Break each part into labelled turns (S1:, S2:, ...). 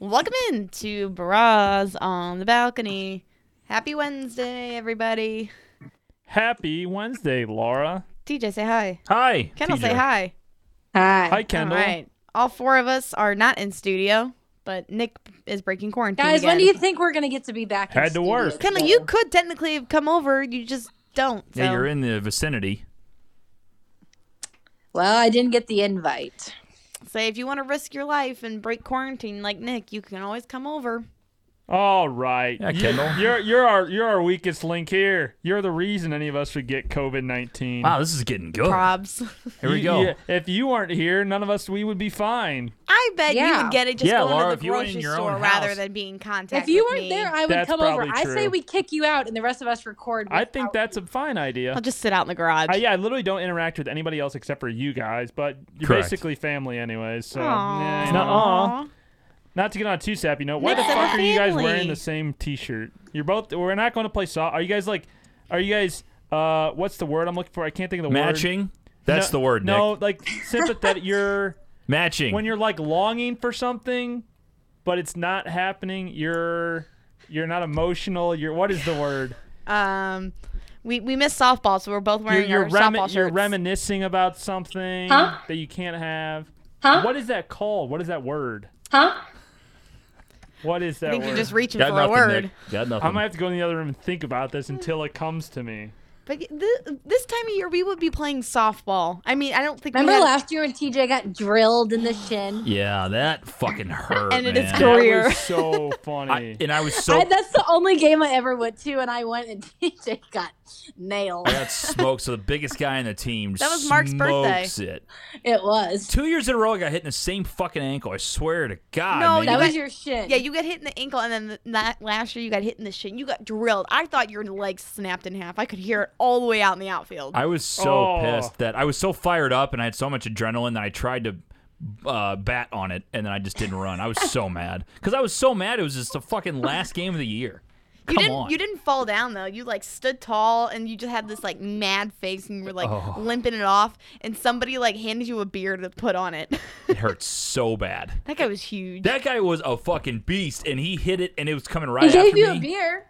S1: Welcome in to Bras on the Balcony. Happy Wednesday, everybody.
S2: Happy Wednesday, Laura.
S1: TJ, say hi.
S2: Hi.
S1: Kendall,
S2: TJ.
S1: say hi.
S3: Hi.
S2: Hi, Kendall.
S1: All right. All four of us are not in studio, but Nick is breaking quarantine.
S3: Guys, when do
S1: again.
S3: you think we're gonna get to be back? in
S2: Had to
S3: studio?
S2: work.
S1: Kendall, you could technically have come over. You just don't.
S4: Yeah,
S1: so-
S4: you're in the vicinity.
S3: Well, I didn't get the invite.
S1: Say, if you want to risk your life and break quarantine like Nick, you can always come over.
S2: All right.
S4: Yeah,
S2: You-
S4: Kendall.
S2: You're you're our you're our weakest link here. You're the reason any of us would get COVID nineteen.
S4: Wow, this is getting good.
S1: Probs.
S4: Here we go.
S2: if you weren't here, none of us we would be fine.
S1: I bet you
S3: Yeah.
S1: would get it just
S4: Yeah,
S1: going
S4: Laura,
S1: to
S4: if
S1: the
S4: you went in
S1: grocery
S4: your
S1: store
S4: own
S1: rather
S4: house-
S1: than being in contact.
S3: if you
S1: with
S3: weren't
S1: me.
S3: there, I would
S2: That's
S3: come over.
S2: probably
S3: I say
S2: true.
S3: we kick you out, and the rest of us record.
S2: I think
S3: without-
S2: that's a fine idea.
S1: I'll just sit out in the garage.
S2: I, yeah, I literally don't interact with anybody else except for you guys, but you're
S4: Correct.
S2: basically family anyways. So
S1: Aww.
S2: yeah, you know. not to get on a too sappy note. Why
S1: Nick's
S2: the
S1: in the
S2: fuck are you guys
S1: family.
S2: wearing the same T-shirt? You're both. We're not going to play soft. Are you guys like? Are you guys? Uh, what's the word I'm looking for? I can't think of the word.
S4: Matching. That's
S2: No-
S4: the word,
S2: No,
S4: Nick.
S2: like sympathetic. you're
S4: Matching.
S2: when you're like longing for something, but it's not happening. You're you're not emotional. You're what is the word?
S1: Um, we we missed softball, so we're both
S2: You're
S1: wearing
S2: you're,
S1: our
S2: remi-
S1: softball shirts.
S2: you're reminiscing about something
S3: Huh?
S2: that you can't have.
S3: Huh?
S2: What is that called? What is that word?
S3: Huh?
S2: What is that
S1: I think
S2: word?
S1: you're just reaching
S4: Got
S1: for
S4: nothing,
S1: a word.
S4: Nick. Got nothing.
S2: I might have to go in the other room and think about this until it comes to me.
S1: But th- this time of year, we would be playing softball. I mean, I don't think
S3: Remember
S1: we had,
S3: last year when TJ got drilled in the shin?
S4: yeah, that fucking hurt.
S1: And it
S4: man.
S1: is
S2: That
S1: great. Career.
S2: was so funny.
S4: I, and I was so
S3: I, that's the only game I ever went to, and I went, and TJ got nailed.
S4: I got smoked. So the biggest guy on the team
S1: That was Mark's birthday.
S4: smokes it.
S3: It was.
S4: Two years in a row, I got hit in the same fucking ankle. I swear to God.
S1: No,
S4: man.
S3: That
S1: You
S3: was
S1: got-
S3: your shin.
S1: Yeah, you got hit in the ankle, and then th- that last year you got hit in the shin. You got drilled. I thought your leg snapped in half. I could hear it all the way out in the outfield.
S4: I was so
S2: Oh.
S4: pissed that I was so fired up and I had so much adrenaline that I tried to uh, bat on it and then I just didn't run. I was so mad because I was so mad. It was just the fucking last game of the year.
S1: you
S4: Come
S1: didn't.
S4: on.
S1: You didn't fall down though. You like stood tall, and you just had this like mad face, and you were like
S2: Oh.
S1: limping it off. And somebody like handed you a beer to put on it.
S4: It hurt so bad.
S1: that guy was huge.
S4: That guy was a fucking beast, and he hit it, and it was coming right
S3: He gave
S4: after
S3: you a
S4: me.
S3: beer.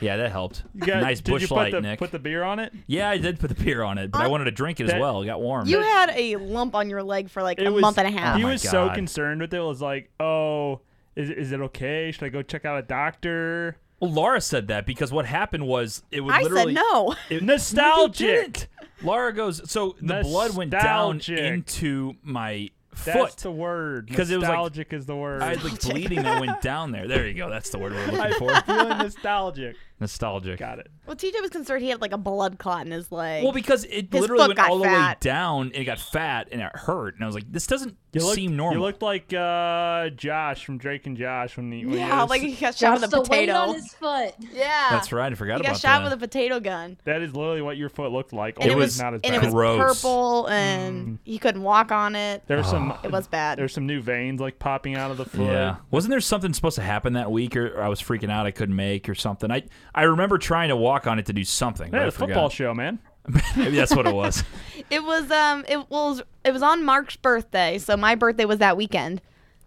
S4: Yeah, that helped.
S2: You got-
S4: nice
S2: did you
S4: bush
S2: put
S4: light,
S2: the,
S4: Nick.
S2: Put the beer on it.
S4: yeah, I did put the beer on it, but I wanted to drink it as
S2: that-
S4: well. It got warm.
S1: you had a lump on your leg for like
S2: It
S1: a
S2: was,
S1: month and a half.
S2: He
S4: Oh my
S2: was so
S4: God.
S2: concerned with it. Was like, oh, is is it okay? Should I go check out a doctor?
S4: well, Laura said that because what happened was it was
S1: I said
S4: literally
S1: no.
S4: It-
S2: Nostalgic.
S4: No, you didn't. Laura goes. So the blood went down
S2: Nostalgic.
S4: into my
S2: That's
S4: foot.
S2: the word.
S4: 'Cause it was like-
S2: nostalgic is the word.
S4: I had like bleeding that went down there. There you go. That's the word we're looking for.
S2: I'm feeling nostalgic.
S4: Nostalgic.
S2: Got it.
S1: Well, TJ was concerned he had like a blood clot in his leg.
S4: Well, because it
S1: His
S4: literally
S1: foot
S4: went
S1: got
S4: all the way
S1: fat.
S4: down and it got fat and it hurt. And I was like, this doesn't
S2: You looked,
S4: seem normal.
S2: You looked like uh, Josh from Drake and Josh when he. When he
S1: yeah,
S2: was-
S1: like he got shot
S3: Dropped
S1: with
S3: the
S1: a
S3: weight on
S1: potato.
S3: his foot.
S1: yeah,
S4: That's right. I forgot
S1: Ah, He
S4: about
S1: got shot
S4: that.
S1: with a potato gun.
S2: that is literally what your foot looked like.
S1: And
S2: only
S1: it was
S2: not as
S1: and
S2: bad.
S1: it was
S4: Gross. Mm.
S1: purple, and he couldn't walk on it.
S2: There were some.
S1: It was bad.
S2: There's some new veins like popping out of the foot.
S4: Yeah. Wasn't there something supposed to happen that week or, or I was freaking out I couldn't make or something? I I remember trying to walk on it to do something.
S2: Yeah,
S4: but I
S2: the football
S4: forgot.
S2: show, man.
S4: Maybe that's what it was.
S1: It was um, it was it was on Mark's birthday, so my birthday was that weekend,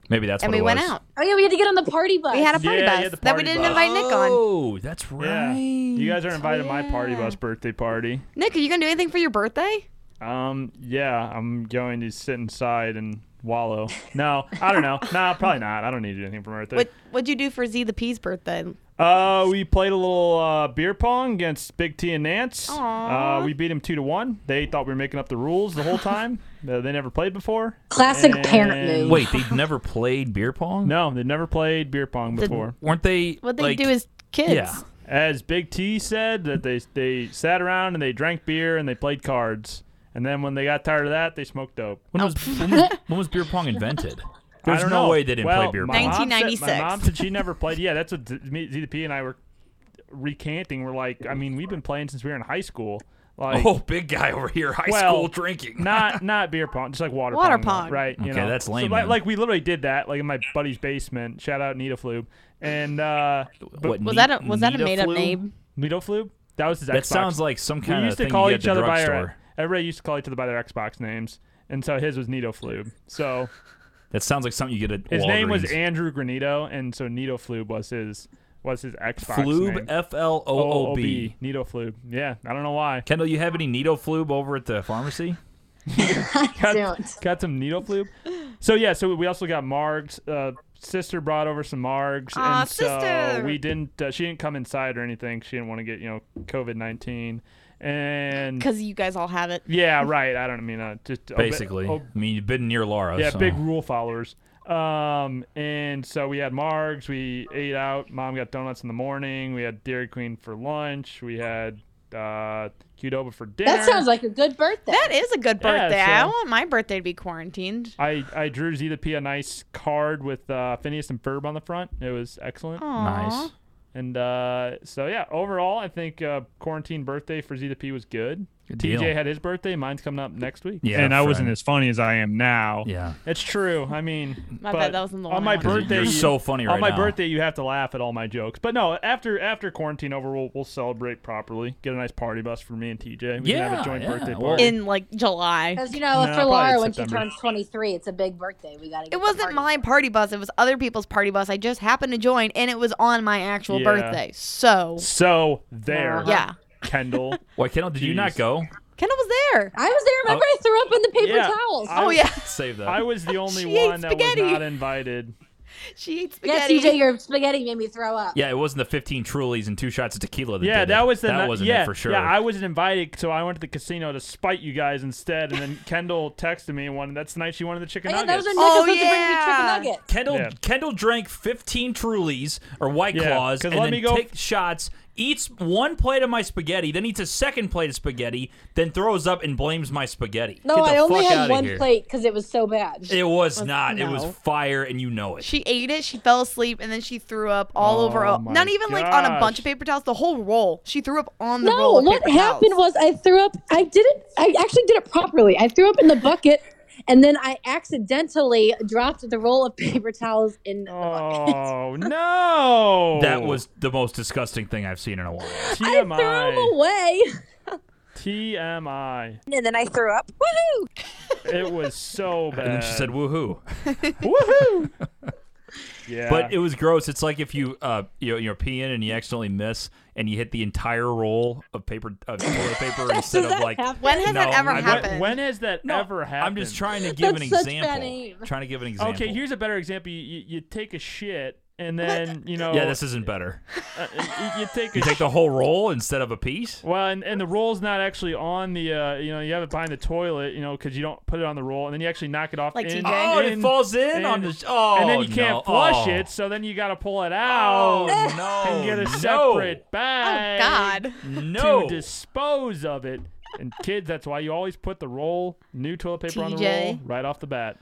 S4: Maybe that's
S1: and
S4: what
S1: we
S4: it
S1: went
S4: was.
S1: out.
S3: Oh yeah, we had to get on the party bus.
S1: We had a party
S2: Yeah,
S1: bus
S2: you had the
S1: that we
S2: party
S1: didn't
S2: bus.
S1: invite Nick on.
S4: Oh, that's right.
S2: Yeah. You guys are invited to my party
S4: yeah.
S2: bus birthday party.
S1: Nick, are you gonna do anything for your birthday?
S2: Um, yeah, I'm going to sit inside and wallow. No, I don't know. nah, probably not. I don't need to do anything for my birthday.
S1: What what'd you do for Z the P's birthday?
S2: Uh, we played a little uh, beer pong against Big T and Nance.
S1: Aw.
S2: Uh, we beat them two to one. They thought we were making up the rules the whole time. Uh, they never played before.
S3: Classic parent
S2: And-
S3: move.
S4: Wait, they've never played beer pong?
S2: No, they never played beer pong before.
S4: Weren't they?
S1: What they
S4: like,
S1: do is kids.
S4: Yeah.
S2: As Big T said, that they they sat around and they drank beer and they played cards. And then when they got tired of that, they smoked dope.
S4: When was, when was, when was beer pong invented? There's
S2: I don't
S4: no
S2: know.
S4: way they didn't
S2: Well,
S4: play beer
S2: my
S4: pong.
S2: mom said-
S1: 1996.
S2: My mom said she never played. Yeah, that's what Z- me- ZDP and I were recanting. We're like, I mean, we've been playing since we were in high school. Like,
S4: Oh, big guy over here, high
S2: well,
S4: school drinking.
S2: not not beer pong, just like water
S1: Water
S2: pong, though,
S1: pong.
S2: right? You
S4: Okay,
S2: know?
S4: that's lame,
S2: So, like,
S4: man.
S2: like, we literally did that, like in my buddy's basement. Shout out Nita Flube and uh,
S4: What,
S1: Was
S4: Ne-
S1: that a was that a
S4: Nita
S1: made up
S4: flu?
S1: name?
S2: Nita Flube. That was his.
S4: That
S2: Xbox.
S4: sounds like some kind
S2: we
S4: of
S2: used to
S4: thing
S2: call
S4: you
S2: each
S4: get at
S2: other
S4: the
S2: by
S4: drugstore.
S2: our. Everybody used to call each other by their Xbox names, and so his was Nito Flube. So
S4: That sounds like something you get at
S2: His name was
S4: Walgreens.
S2: Andrew Granito, and so Nito Floob was his was his Xbox
S4: Floob,
S2: name.
S4: F L O O B.
S2: Nito Floob. Yeah, I don't know why.
S4: Kendall, you have any Needle Floob over at the pharmacy?
S2: got,
S3: don't.
S2: got some needle floob. So yeah, so we also got margs. Uh, sister brought over some margs,
S1: Aw,
S2: and so
S1: sister.
S2: we didn't. Uh, she didn't come inside or anything. She didn't want to get you know COVID nineteen, and
S1: Because you guys all have it.
S2: yeah, right. I don't mean uh, just obe-
S4: Basically,
S2: ob-
S4: I mean you've been near Laura.
S2: oh. yeah,
S4: so.
S2: big rule followers. Um, and so we had margs. We ate out. Mom got donuts in the morning. We had Dairy Queen for lunch. We had uh, Qdoba for dinner.
S3: That sounds like a good birthday.
S1: That is a good
S2: Yeah,
S1: birthday. I
S2: so-
S1: want my birthday to be quarantined.
S2: I, I drew Zeta P a nice card with uh, Phineas and Ferb on the front. It was excellent.
S1: Aw.
S4: Nice.
S2: And uh, so, yeah, overall, I think uh, quarantine birthday for Zeta P was good.
S4: Good
S2: TJ
S4: deal.
S2: had his birthday. Mine's coming up next week.
S4: Yeah,
S5: and I
S4: friend.
S5: wasn't as funny as I am now.
S4: Yeah.
S2: It's true. I mean,
S1: My
S2: but
S1: bad, that wasn't the
S2: on
S1: one
S2: my
S1: I wanted.
S2: birthday.
S4: You're
S2: you-
S4: so funny
S2: On
S4: right
S2: my
S4: now.
S2: birthday, you have to laugh at all my jokes. But no, after after quarantine over, we'll we'll celebrate properly. Get a nice party bus for me and TJ. We can have
S4: Yeah,
S2: a joint
S4: yeah.
S2: birthday
S4: Well,
S2: party.
S1: In like July.
S3: Because you know,
S2: No,
S3: for
S2: probably
S3: Laura,
S2: in
S3: when
S2: September.
S3: she turns 23, it's a big birthday. We got to.
S1: It wasn't my party bus. It was other people's party bus. I just happened to join, and it was on my actual
S2: Yeah.
S1: birthday. So
S2: so there,
S1: yeah,
S2: Kendall.
S4: Why, Kendall, did you not
S2: Jeez.
S4: go?
S1: Kendall was there.
S3: I was there. Remember, I threw up on the paper
S2: Yeah,
S3: towels.
S2: I-
S1: Oh yeah,
S4: Save that.
S2: I was the only
S1: She ate
S2: one that was
S1: spaghetti.
S2: not invited.
S1: she ate
S3: yeah,
S1: spaghetti.
S3: TJ, your spaghetti made me throw up.
S4: yeah, it wasn't the 15 Trulies and two shots of tequila. That
S2: Yeah,
S4: did it.
S2: that was the
S4: that
S2: ni-
S4: wasn't
S2: yeah,
S4: it for sure.
S2: Yeah, I wasn't invited, so I went to the casino to spite you guys instead. And then Kendall texted me one. That's the night she wanted the chicken
S3: Oh, yeah, that was
S2: nuggets.
S3: when Nick
S1: Oh,
S3: was supposed
S1: yeah.
S3: to bring me chicken nuggets.
S4: Kendall
S2: Yeah.
S4: Kendall drank 15 Trulies or White
S2: Yeah,
S4: Claws
S2: 'cause
S4: and
S2: let
S4: then
S2: me go-
S4: take shots, eats one plate of my spaghetti, then eats a second plate of spaghetti, then throws up and blames my spaghetti.
S3: No,
S4: Get the
S3: I only
S4: fuck
S3: had
S4: outta
S3: one
S4: here.
S3: plate because it was so bad.
S4: It was not. It
S1: no.
S4: was fire, and you know it.
S1: She ate it. She fell asleep, and then she threw up all over.
S2: Oh
S1: a-
S2: my
S1: not even like on a
S2: gosh.
S1: bunch of paper towels. The whole roll. She threw up on the
S3: no,
S1: roll. of
S3: what
S1: paper
S3: happened
S1: towels.
S3: was I threw up. I didn't. I actually did it properly. I threw up in the bucket, and then I accidentally dropped the roll of paper towels in the bucket.
S2: Oh no!
S4: That was the most disgusting thing I've seen in a while.
S3: I threw them
S2: TMI.
S3: away,
S2: TMI.
S3: and then I threw up. Woohoo!
S2: It was so bad.
S4: And then she said, "Woohoo!"
S2: "Woohoo!" yeah,
S4: But it was gross. It's like if you uh you know, you're peeing and you accidentally miss and you hit the entire roll of paper of toilet paper instead
S3: Does
S4: of
S3: that
S4: like.
S3: happen?
S1: When has
S4: No,
S1: that ever
S4: I- when-
S1: happened?
S2: when has that
S4: No,
S2: ever
S4: I'm
S2: happened?
S4: just trying to give an
S3: That's such bad
S4: example.
S3: aim.
S4: Trying to give an example.
S2: Okay, here's a better example. You, you, you take a shit, and then you know,
S4: Yeah, this isn't better.
S2: uh, you, you take a
S4: You take the whole roll instead of a piece.
S2: Well, and, and the roll's not actually on the, uh, you know, you have it behind the toilet, you know, because you don't put it on the roll, and then you actually knock it off.
S1: Like TJ.
S2: in,
S4: Oh, and it
S2: in,
S4: falls in
S2: in,
S4: on the. sh- Oh,
S2: and then you can't
S4: no.
S2: flush
S4: Oh.
S2: it, so then you got to pull it
S4: Oh
S2: out
S4: no!
S2: and get a
S4: no.
S2: separate
S1: oh
S2: bag
S1: God.
S4: No.
S2: to dispose of it. And kids, that's why you always put the roll, new toilet paper on the
S1: TJ.
S2: roll, right off the bat.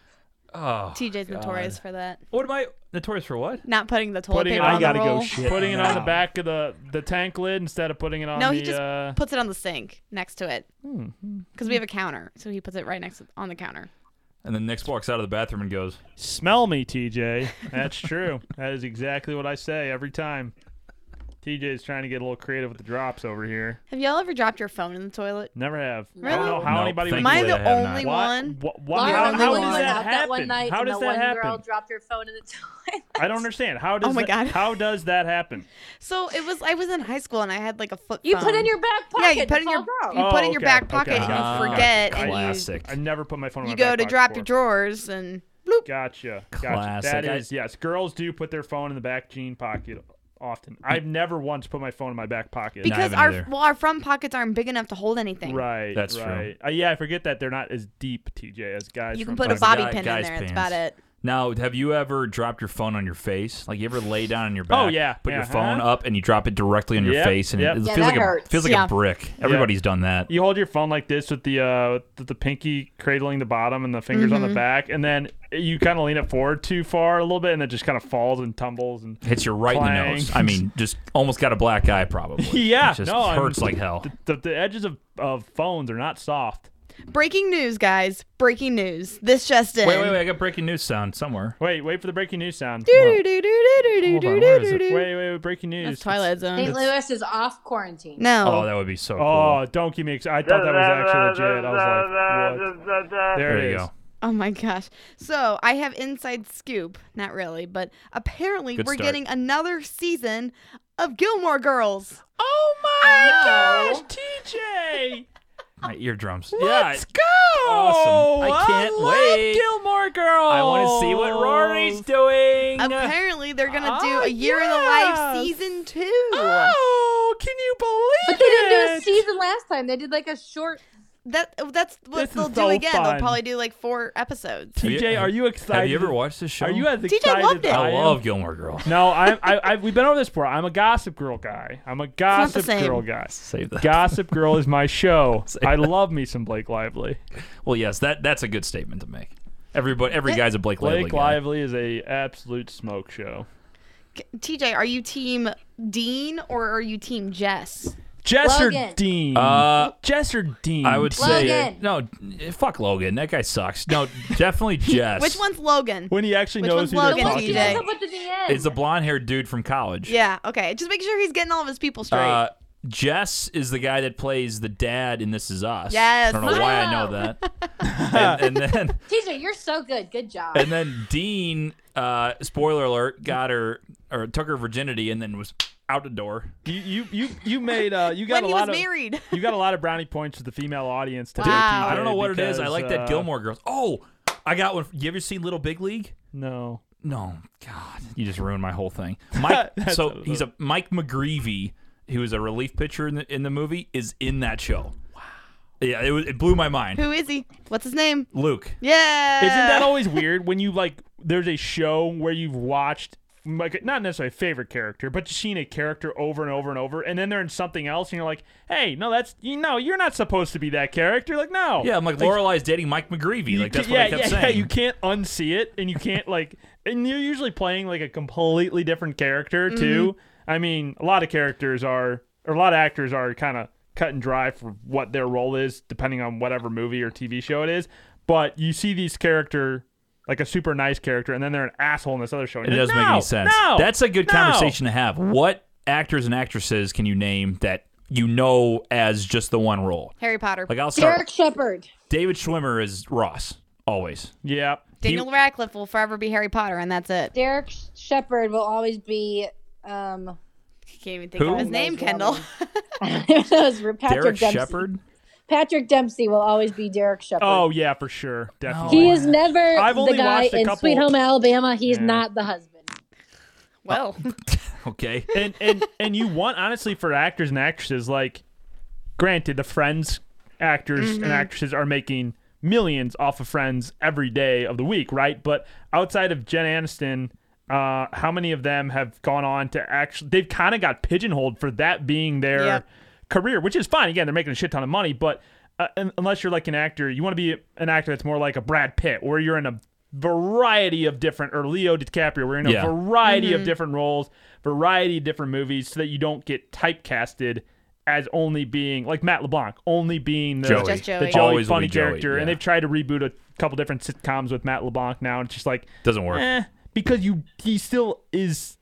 S4: Oh.
S1: TJ's notorious for that.
S4: What am I notorious for? What?
S1: Not putting the toilet
S2: Putting it-
S1: paper
S2: I
S1: on
S5: gotta
S1: the
S5: go
S1: roll.
S5: shit.
S2: Putting it on the
S4: No.
S2: back of the, the tank lid instead of putting it on
S1: No,
S2: the.
S1: he just
S2: uh,
S1: puts it on the sink next to it.
S4: Mm-hmm.
S1: Because we have a counter, so he puts it right next to, on the counter.
S4: And then Nick walks out of the bathroom and goes,
S2: Smell me, TJ. That's true. that is exactly what I say every time. TJ's trying to get a little creative with the drops over here.
S1: Have y'all ever dropped your phone in the toilet?
S2: Never have. I don't
S1: Really?
S2: know how
S4: Nope,
S2: anybody would
S4: thank
S1: Am
S2: do
S1: I
S2: that.
S4: you.
S1: the
S4: I have not.
S1: only
S2: Why-
S1: one?
S2: wha- wha-
S3: Laura
S2: how,
S3: only
S2: how
S3: went
S2: does
S3: out
S2: that happen?
S3: one night,
S2: how
S3: and
S2: does
S3: the
S2: that
S3: one
S2: happen?
S3: girl dropped her phone in the toilet.
S2: I don't understand.
S4: Oh
S2: How does
S1: my
S2: that,
S1: God.
S2: how does that happen?
S1: So it was. I was in high school and I had like a flip.
S3: You
S1: phone.
S3: put in your back
S1: yeah.
S3: pocket.
S1: You put in your you
S2: Oh,
S1: put in your
S2: okay,
S1: back
S2: okay.
S1: pocket
S4: Ah,
S1: and you forget and
S4: classic.
S2: I never put my phone
S1: you,
S2: in
S1: you go
S2: my back
S1: to
S2: pocket
S1: drop
S2: before.
S1: your drawers and bloop.
S2: Gotcha. Gotcha.
S4: Classic.
S2: That
S4: I-
S2: is yes. Girls do put their phone in the back jean pocket often. I've never once put my phone in my back pocket.
S1: Because
S4: haven't
S1: our
S4: either.
S1: well, our front pockets aren't big enough to hold anything.
S2: Right.
S4: That's true.
S2: right. Uh, yeah, I forget that they're not as deep, TJ, as guys.
S1: You can
S2: from
S1: put a
S4: Guy-
S1: bobby pin
S4: guys'
S1: in there. That's
S4: pants.
S1: about it.
S4: Now, have you ever dropped your phone on your face? Like you ever lay down on your back?
S2: Oh, yeah,
S4: Put your
S2: yeah,
S4: phone
S2: uh-huh.
S4: up and you drop it directly on your
S2: Yep,
S4: face, and
S2: yep.
S4: it
S2: Yeah,
S4: feels
S3: that
S4: like a
S3: hurts.
S4: feels like
S1: Yeah.
S4: a brick. Everybody's done that.
S2: you hold your phone like this with the uh with the pinky cradling the bottom and the fingers
S1: Mm-hmm.
S2: on the back and then you kind of lean it forward too far a little bit and it just kind of falls and tumbles and
S4: Hits you right in the
S2: Clang.
S4: nose. I mean, just almost got a black eye probably.
S2: Yeah,
S4: It just
S2: no, I'm-
S4: hurts like hell.
S2: the, the edges of, of phones are not soft
S1: Breaking news, guys. Breaking news. This just in.
S4: Wait, wait, wait! I got breaking news sound somewhere.
S2: wait wait for the breaking news sound
S1: Do, do, do, do, do,
S4: Hold
S1: do,
S4: on,
S1: do,
S4: where is
S1: do,
S4: it?
S1: do.
S2: wait wait wait breaking news
S1: That's Twilight Zone.
S3: St. Louis is off quarantine.
S4: Oh,
S1: No.
S4: that would be so cool.
S2: oh don't keep me excited i thought that was actually legit i was like what there,
S4: there
S2: it
S4: you
S2: is
S4: go.
S1: Oh my gosh. So I have inside scoop. Not really, but apparently
S4: Good
S1: we're
S4: start.
S1: getting another season of Gilmore Girls.
S4: Oh my
S1: I know.
S4: gosh, TJ! My eardrums.
S2: Let's
S4: yeah,
S2: go!
S4: Awesome. I can't
S2: love
S4: wait.
S2: Gilmore Girls.
S4: I want to see what Rory's doing.
S1: Apparently they're gonna do
S2: Oh,
S1: a year in the life
S2: yes.
S1: season two.
S2: Oh, can you believe
S3: But they didn't do a
S2: it?
S3: season last time. They did like a short.
S1: That that's what
S2: This is
S1: they'll do
S2: so
S1: again.
S2: fun.
S1: They'll probably do like four episodes.
S4: Have you-
S2: TJ, are you excited?
S4: Have you ever watched this show?
S2: Are you as
S1: TJ
S2: excited?
S1: loved it.
S2: as
S4: I
S2: am?
S4: love Gilmore Girls.
S2: No, I'm. I, I, we've been over this before. I'm a Gossip Girl guy. I'm a
S1: not the
S2: Gossip
S1: same.
S2: Girl guy.
S4: Save that.
S2: Gossip Girl is my show. I love me some Blake Lively.
S4: Well, yes, that that's a good statement to make. Everybody, every guy's a Blake Lively.
S2: Blake
S4: guy.
S2: Lively is a absolute smoke show.
S1: K- TJ, are you team Dean or are you team Jess?
S2: Jess or
S3: Logan.
S2: Dean?
S4: Uh,
S2: Jess or Dean?
S4: I would say
S3: Logan.
S4: no. eh, Fuck Logan. That guy sucks. No, definitely Jess.
S1: Which one's Logan?
S2: When he actually
S1: Which
S2: knows
S1: one's
S2: who they're
S1: Logan,
S3: What
S2: talking
S3: did you
S1: TJ?
S2: about.
S3: guys up with at the end?
S4: Is the blonde-haired dude from college?
S1: Yeah, okay. Just make sure he's getting all of his people straight.
S4: Uh, Jess is the guy that plays the dad in This Is Us.
S1: Yes.
S4: I don't know why I know that. and, and then
S3: TJ, you're so good. Good job.
S4: and then Dean, uh, spoiler alert, got her or took her virginity and then was out the door.
S2: You, you, you, you made. Uh, you got
S1: when
S2: a
S1: he was
S2: lot of.
S1: married.
S2: You got a lot of brownie points with the female audience today.
S1: Wow.
S2: TJ,
S4: I don't know what it is. I
S2: because,
S4: like
S2: uh,
S4: that Gilmore Girls. Oh, I got one. You ever seen Little Big League?
S2: No.
S4: No, God, you just ruined my whole thing. Mike,
S2: That's
S4: so
S2: awesome.
S4: he's a Mike McGreevy, who is a relief pitcher in the in the movie, is in that show. Wow. Yeah, it, was- it blew my mind.
S1: Who is he? What's his name?
S4: Luke.
S1: Yeah.
S2: Isn't that always weird when you like there's a show where you've watched like not necessarily a favorite character, but just seen a character over and over and over, and then they're in something else, and you're like, hey, no, that's you know, you're not supposed to be that character. Like, no,
S4: Yeah, I'm like, Lorelai's dating Mike McGreevy.
S2: You
S4: Like that's
S2: ca-
S4: what
S2: yeah,
S4: I kept
S2: yeah,
S4: saying.
S2: yeah, you can't unsee it, and you can't like, and you're usually playing like a completely different character too. I mean, a lot of characters are, or a lot of actors are kind of cut and dry for what their role is, depending on whatever movie or TV show it is. But you see these character, like a super nice character, and then they're an asshole in this other show. and
S4: It
S2: you're
S4: doesn't
S2: like,
S4: make
S2: "No,
S4: any sense.
S2: no,
S4: That's a good
S2: no."
S4: conversation to have. What actors and actresses can you name that you know as just the one role?
S1: Harry Potter?
S4: Like I'll start.
S3: Derek Shepard.
S4: David Schwimmer is Ross always.
S2: Yeah,
S1: Daniel Radcliffe will forever be Harry Potter, and that's it.
S3: Derek Shepard will always be. Um,
S1: Can't even think
S4: Who?
S1: of his name, Kendall.
S3: it was Patrick
S4: Derek
S3: Dempsey.
S4: Shepard.
S3: Patrick Dempsey will always be Derek Shepard.
S2: Oh yeah, for sure, definitely.
S3: he is never
S2: I've
S3: the
S2: only
S3: guy
S2: watched a
S3: in
S2: couple-
S3: Sweet Home Alabama. He's
S2: Yeah.
S3: not the husband.
S1: well,
S4: Okay.
S2: and and and you want honestly for actors and actresses like granted the friends actors and actresses are making millions off of friends every day of the week right but outside of jen aniston uh, how many of them have gone on to actually they've kind of got pigeonholed for that being their
S1: Yep.
S2: career which is fine again they're making a shit ton of money but uh, un- unless you're like an actor you want to be an actor that's more like a brad pitt where you're in a variety of different or leo dicaprio we're in a
S4: Yeah.
S2: variety
S1: Mm-hmm.
S2: of different roles, variety of different movies, so that you don't get typecasted as only being like Matt LeBlanc, only being the
S4: Joey.
S1: Just Joey.
S2: the Joey
S4: Always will
S2: funny
S4: be Joey,
S2: character.
S4: yeah.
S2: And they've tried to reboot a couple different sitcoms with Matt LeBlanc now, and it's just like
S4: Doesn't work.
S2: eh, because you he still is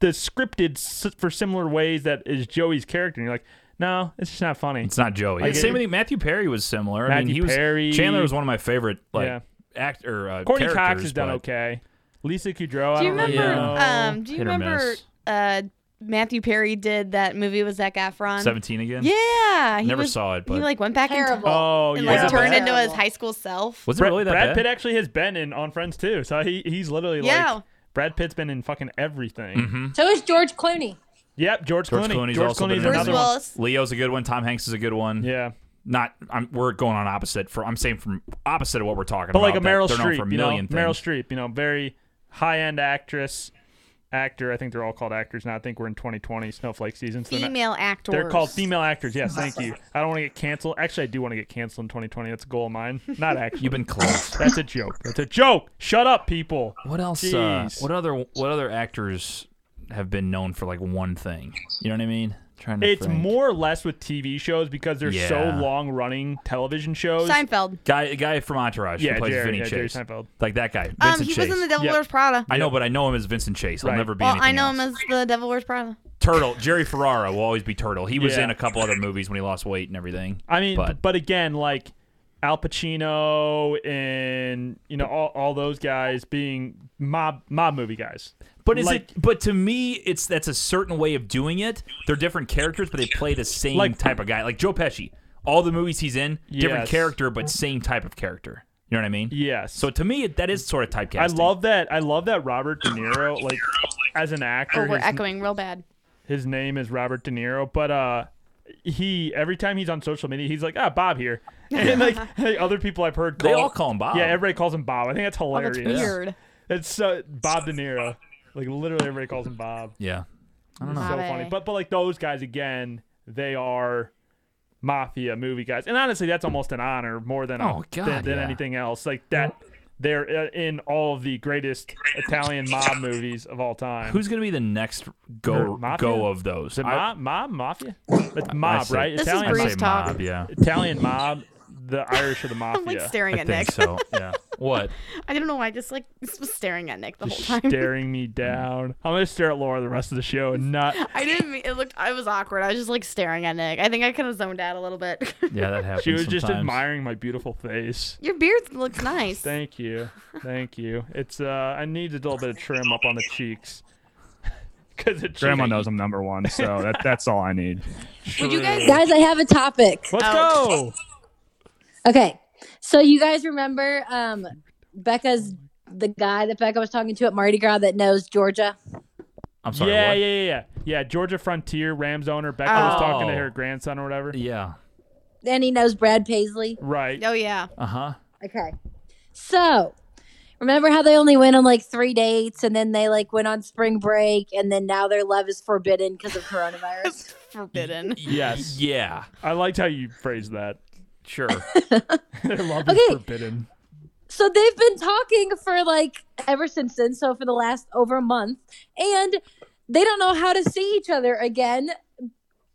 S2: the scripted s- for similar ways that is Joey's character, and you're like, no, it's just not funny.
S4: It's not Joey.
S2: I get
S4: Same
S2: it.
S4: with Matthew Perry was similar. I
S2: Matthew
S4: mean, he was
S2: Perry.
S4: Chandler was one of my favorite like
S2: Yeah.
S4: actor. Uh,
S2: Courtney Cox has
S4: characters,
S2: done
S4: but-
S2: okay. Lisa Kudrow.
S1: do you
S2: I don't
S1: remember?
S2: really know.
S4: Yeah.
S1: Um, do you
S4: Hit or
S1: remember?
S4: miss.
S1: Uh, Matthew Perry did that movie with Zac Efron.
S4: Seventeen again.
S1: Yeah, he
S4: Never
S1: was-
S4: saw it,
S1: he
S4: but
S1: like went back in time
S3: Terrible.
S2: Oh
S1: and
S2: yeah.
S1: like
S4: Was it
S1: turned
S4: bad?
S1: into his
S3: Terrible.
S1: high school self.
S4: was it
S2: Brad,
S4: really that
S2: Brad
S4: bad?
S2: Pitt actually has been in on Friends too, so he he's literally
S1: Yeah.
S2: like Brad Pitt's been in fucking everything.
S3: So is George Clooney.
S2: Yep, George,
S4: Mm-hmm. George
S2: Clooney.
S4: Clooney's
S2: George
S4: also been
S2: Clooney's
S4: in
S1: Bruce
S2: another
S4: Another one.
S1: Willis.
S4: Leo's a good one. Tom Hanks is a good one.
S2: one. Yeah,
S4: Not. I'm, we're going on opposite. For I'm saying from opposite of what we're talking
S2: but
S4: about.
S2: like a
S4: that
S2: Meryl
S4: they're known for a
S2: Streep, you know,
S4: million
S2: Meryl
S4: things.
S2: Streep, you know, very high end actress, actor. I think they're all called actors now. I think we're in 2020 snowflake season. So they're not-
S1: Female actors.
S2: They're called female actors. Yes, thank you. I don't want to get canceled. Actually, I do want to get canceled in 2020. That's a goal of mine. Not actually.
S4: You've been close.
S2: That's a joke. That's a joke. Shut up, people.
S4: What else? Uh,
S2: Jeez.
S4: what other? What other actors have been known for like one thing? You know what I mean? Trying to.
S2: It's
S4: think.
S2: more or less with TV shows because they're
S4: Yeah.
S2: so long running television shows.
S1: Seinfeld.
S4: guy. Guy from Entourage
S2: Yeah,
S4: who plays
S2: Jerry-
S4: Vinny
S2: yeah, Jerry
S4: Chase.
S2: Seinfeld.
S4: Like that guy. Vincent
S1: Um, he
S4: Chase.
S1: was in The Devil
S2: Yep.
S1: Wears Prada.
S4: I know, but I know him as Vincent Chase. I'll
S2: Right.
S4: never be.
S1: Well,
S4: anything
S1: I know
S4: else.
S1: him as The Devil Wears Prada.
S4: Turtle. Jerry Ferrara will always be Turtle. He was
S2: Yeah.
S4: in a couple other movies when he lost weight and everything.
S2: I mean,
S4: but
S2: but, again, like Al Pacino and you know all, all those guys being mob mob movie guys.
S4: But is
S2: Like-
S4: it? But to me, it's that's a certain way of doing it. They're different characters, but they play the same
S2: Like-
S4: type of guy. Like Joe Pesci, all the movies he's in, different
S2: Yes.
S4: character, but same type of character. You know what I mean?
S2: Yes.
S4: So to me, it, that is sort of typecasting.
S2: I love that. I love that Robert De Niro, like as an actor,
S1: Oh, we're
S2: his-
S1: echoing real bad.
S2: his name is Robert De Niro, but uh he every time he's on social media, he's like, ah, Bob here. And like, like, other people I've heard
S4: They
S2: call
S4: all call him Bob.
S2: Yeah, everybody calls him Bob. I think that's
S1: Oh,
S2: hilarious.
S1: that's weird.
S2: It's so Bob De Niro. Like literally everybody calls him Bob.
S4: Yeah.
S2: It's so
S1: Bob,
S2: funny.
S1: eh?
S2: But but like those guys again, they are mafia movie guys. And honestly, that's almost an honor more than a-
S4: Oh, God,
S2: than, than
S4: yeah.
S2: anything else. Like that they're uh, in all of the greatest Italian mob movies of all time.
S4: Who's gonna be the next
S2: Or
S4: go
S2: Mafia?
S4: go of those?
S2: Is it
S4: I-
S2: mob, mob, mafia? It's
S4: I
S2: mob,
S4: say-
S2: right?
S1: This is
S2: Italian,
S4: I'd say
S1: Bruce talk.
S4: mob, yeah.
S2: Italian mob, the Irish or the mafia.
S1: I'm like staring
S4: I
S1: at
S4: think
S1: Nick.
S4: so. Yeah. What?
S1: I don't know why. I just like was staring at Nick the
S2: Just
S1: whole time.
S2: staring
S4: Mm.
S2: me down. I'm gonna stare at Laura the rest of the show and not.
S1: I didn't. mean It looked. I was awkward. I was just like staring at Nick. I think I kind of zoned out a little bit.
S4: Yeah, that happens.
S2: She was just
S4: sometimes.
S2: admiring my beautiful face.
S1: Your beard looks nice.
S2: Thank you, thank you. It's uh, I need a little bit of trim up on the cheeks. Cause it
S5: Grandma knows I'm number one, so that that's all I need.
S1: Would you guys?
S3: Guys, I have a topic.
S2: Let's
S1: Oh.
S2: go.
S3: Okay. So you guys remember um Becca's the guy that Becca was talking to at Mardi Gras that knows Georgia?
S4: I'm sorry.
S2: yeah,
S4: what?
S2: yeah, yeah, yeah, yeah. Georgia Frontier Rams owner Becca was talking to
S4: Oh.
S2: her grandson or whatever.
S4: Yeah.
S3: And he knows Brad Paisley.
S2: Right.
S1: Oh yeah.
S4: Uh huh.
S3: Okay. So remember how they only went on like three dates and then they like went on spring break and then now their love is forbidden because of coronavirus?
S1: Forbidden.
S2: Yes.
S4: Yeah.
S2: I liked how you phrased that.
S4: Sure.
S2: Their love is
S3: Okay.
S2: forbidden.
S3: so they've been talking for like ever since then. So for the last over a month and they don't know how to see each other again.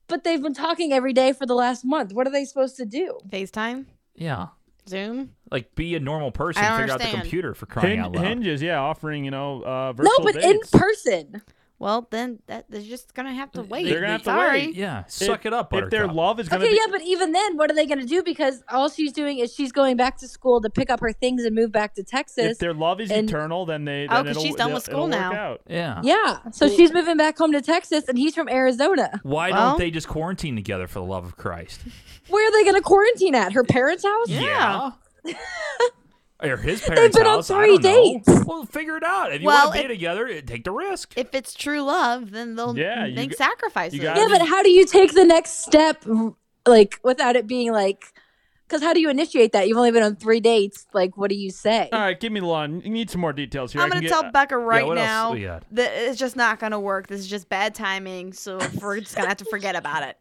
S3: But they've been talking every day for the last month. What are they supposed to do?
S1: FaceTime.
S4: yeah.
S1: Zoom.
S4: Like be a normal person.
S1: I don't
S4: Figure out the
S1: understand.
S4: computer for crying
S2: Hin-
S4: out loud.
S2: hinges, yeah, offering you know uh,
S3: No,
S2: virtual
S3: but
S2: dates.
S3: in person.
S1: Well, then that they're just gonna have to wait.
S2: They're gonna have to
S1: Sorry.
S2: wait.
S4: Yeah. Suck
S2: If-
S4: it up,
S2: If their
S4: Buttercup.
S2: love is gonna
S3: Okay,
S2: be,
S3: yeah, but even then, what are they going to do? Because all she's doing is she's going back to school to pick up her things and move back to
S2: if
S3: Texas.
S2: their love is
S3: and-
S2: eternal, then
S1: Oh,
S2: they. then
S1: 'cause
S2: it'll-
S1: she's done with
S2: it'll-
S1: school
S2: it'll work
S1: now.
S2: out.
S4: yeah.
S3: Yeah, so she's moving back home to Texas, and he's from Arizona.
S4: Why
S1: Well-
S4: don't they just quarantine together for the love of Christ?
S3: Where are they going to quarantine at? Her parents' house?
S1: Yeah.
S4: Yeah. or his parents'
S3: been on
S4: house. I
S3: three
S4: don't know.
S3: dates.
S4: Well, figure it out. If you
S1: Well,
S4: want to be
S1: if-
S4: together, eh, take the risk.
S1: If it's true love, then they'll
S2: Yeah, you
S1: make
S2: g-
S1: sacrifices.
S2: you gotta-
S3: Yeah, but how do you take the next step, like without it being like? Because how do you initiate that? You've only been on three dates. Like, what do you say?
S2: All right, give me one. You need some more details here.
S1: I'm
S2: I can
S1: gonna
S2: get- uh,
S1: tell Becca right
S4: what else
S1: now
S4: we got?
S1: that it's just not gonna work. This is just bad timing, so we're just gonna have to forget about it.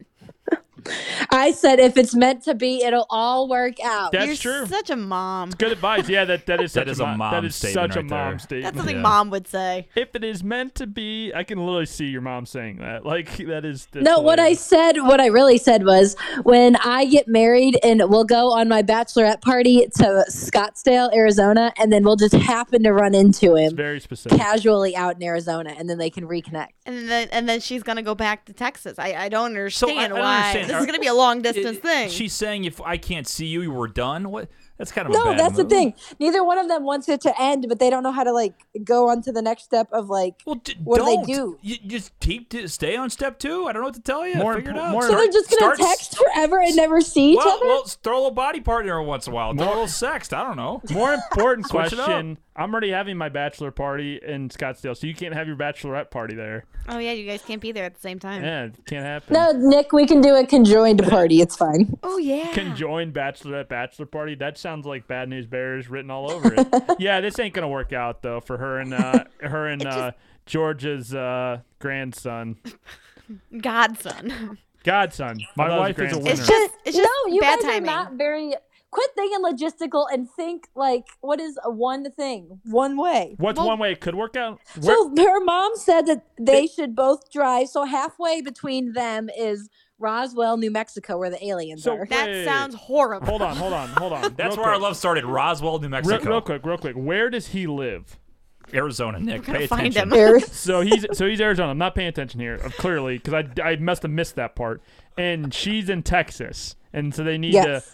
S3: I said, if it's meant to be, it'll all work out.
S2: That's
S1: You're
S2: true.
S1: such a mom.
S2: Good advice. Yeah, that that is
S4: That
S2: such
S4: is
S2: a,
S4: a
S2: mom,
S4: mom
S2: that is
S4: statement
S2: such a
S4: right
S2: mom
S4: there.
S1: That's
S2: statement.
S1: something
S4: Yeah.
S1: mom would say.
S2: if it is meant to be, I can literally see your mom saying that. Like that is. that's
S3: No, what I
S2: hilarious.
S3: said, what I really said was when I get married and we'll go on my bachelorette party to Scottsdale, Arizona, and then we'll just happen to run into him
S2: Very specific.
S3: casually out in Arizona and then they can reconnect.
S1: And then and then she's gonna go back to Texas. I, I don't
S4: I- I
S1: understand
S4: don't
S1: why.
S4: understand.
S1: This
S4: Are-
S1: is gonna be a long
S4: It-
S1: distance thing.
S4: She's saying if I can't see you, we're done. What? That's kind of a
S3: No,
S4: bad
S3: that's the
S4: move.
S3: thing. Neither one of them wants it to end, but they don't know how to like go on to the next step of like
S4: Well, d-
S3: What do they
S4: don't.
S3: do?
S4: You just keep to stay on step two. I don't know what to tell you.
S2: More
S4: figure it
S2: impo-
S4: out.
S2: more
S3: so they're just gonna
S4: start-
S3: text forever and never see each
S4: well,
S3: other.
S4: well, throw a body part in her once in a while. Throw a little sext. I don't know.
S2: More important
S4: Switch it up.
S2: question. I'm already having my bachelor party in Scottsdale, so you can't have your bachelorette party there.
S1: oh yeah, you guys can't be there at the same time.
S2: Yeah, it can't happen.
S3: no, Nick, we can do a conjoined party. It's fine.
S1: Oh yeah.
S2: Conjoined bachelorette bachelor party. That sounds like bad news bears written all over it. yeah, this ain't gonna work out though for her and uh, her and uh, George's uh, grandson,
S1: Godson.
S2: godson. My
S4: I thought
S2: wife
S4: it was
S2: is a
S4: grandson.
S2: winner.
S1: It's just it's just
S3: no, you
S1: bad
S3: guys
S1: timing.
S3: are not very. Quit thinking logistical and think like what is a one thing one way.
S2: What's
S1: Well-
S2: one way it could work out? Where-
S3: So her mom said that they should both drive. So halfway between them is Roswell, New Mexico, where the aliens
S2: So-
S3: are.
S1: that
S2: Wait.
S1: sounds horrible.
S2: hold on, hold on, hold on.
S4: That's
S2: Real
S4: where our
S2: quick.
S4: love started. Roswell, New
S2: Real,
S4: Mexico,
S2: real quick, real quick. Where does he live?
S4: Arizona. Nick,
S1: gonna
S4: pay
S1: find
S4: attention.
S1: him.
S3: There-
S2: So he's so he's Arizona. I'm not paying attention here, uh, clearly, because I, I must have missed that part. And she's in Texas, and so they need
S3: yes.
S2: to.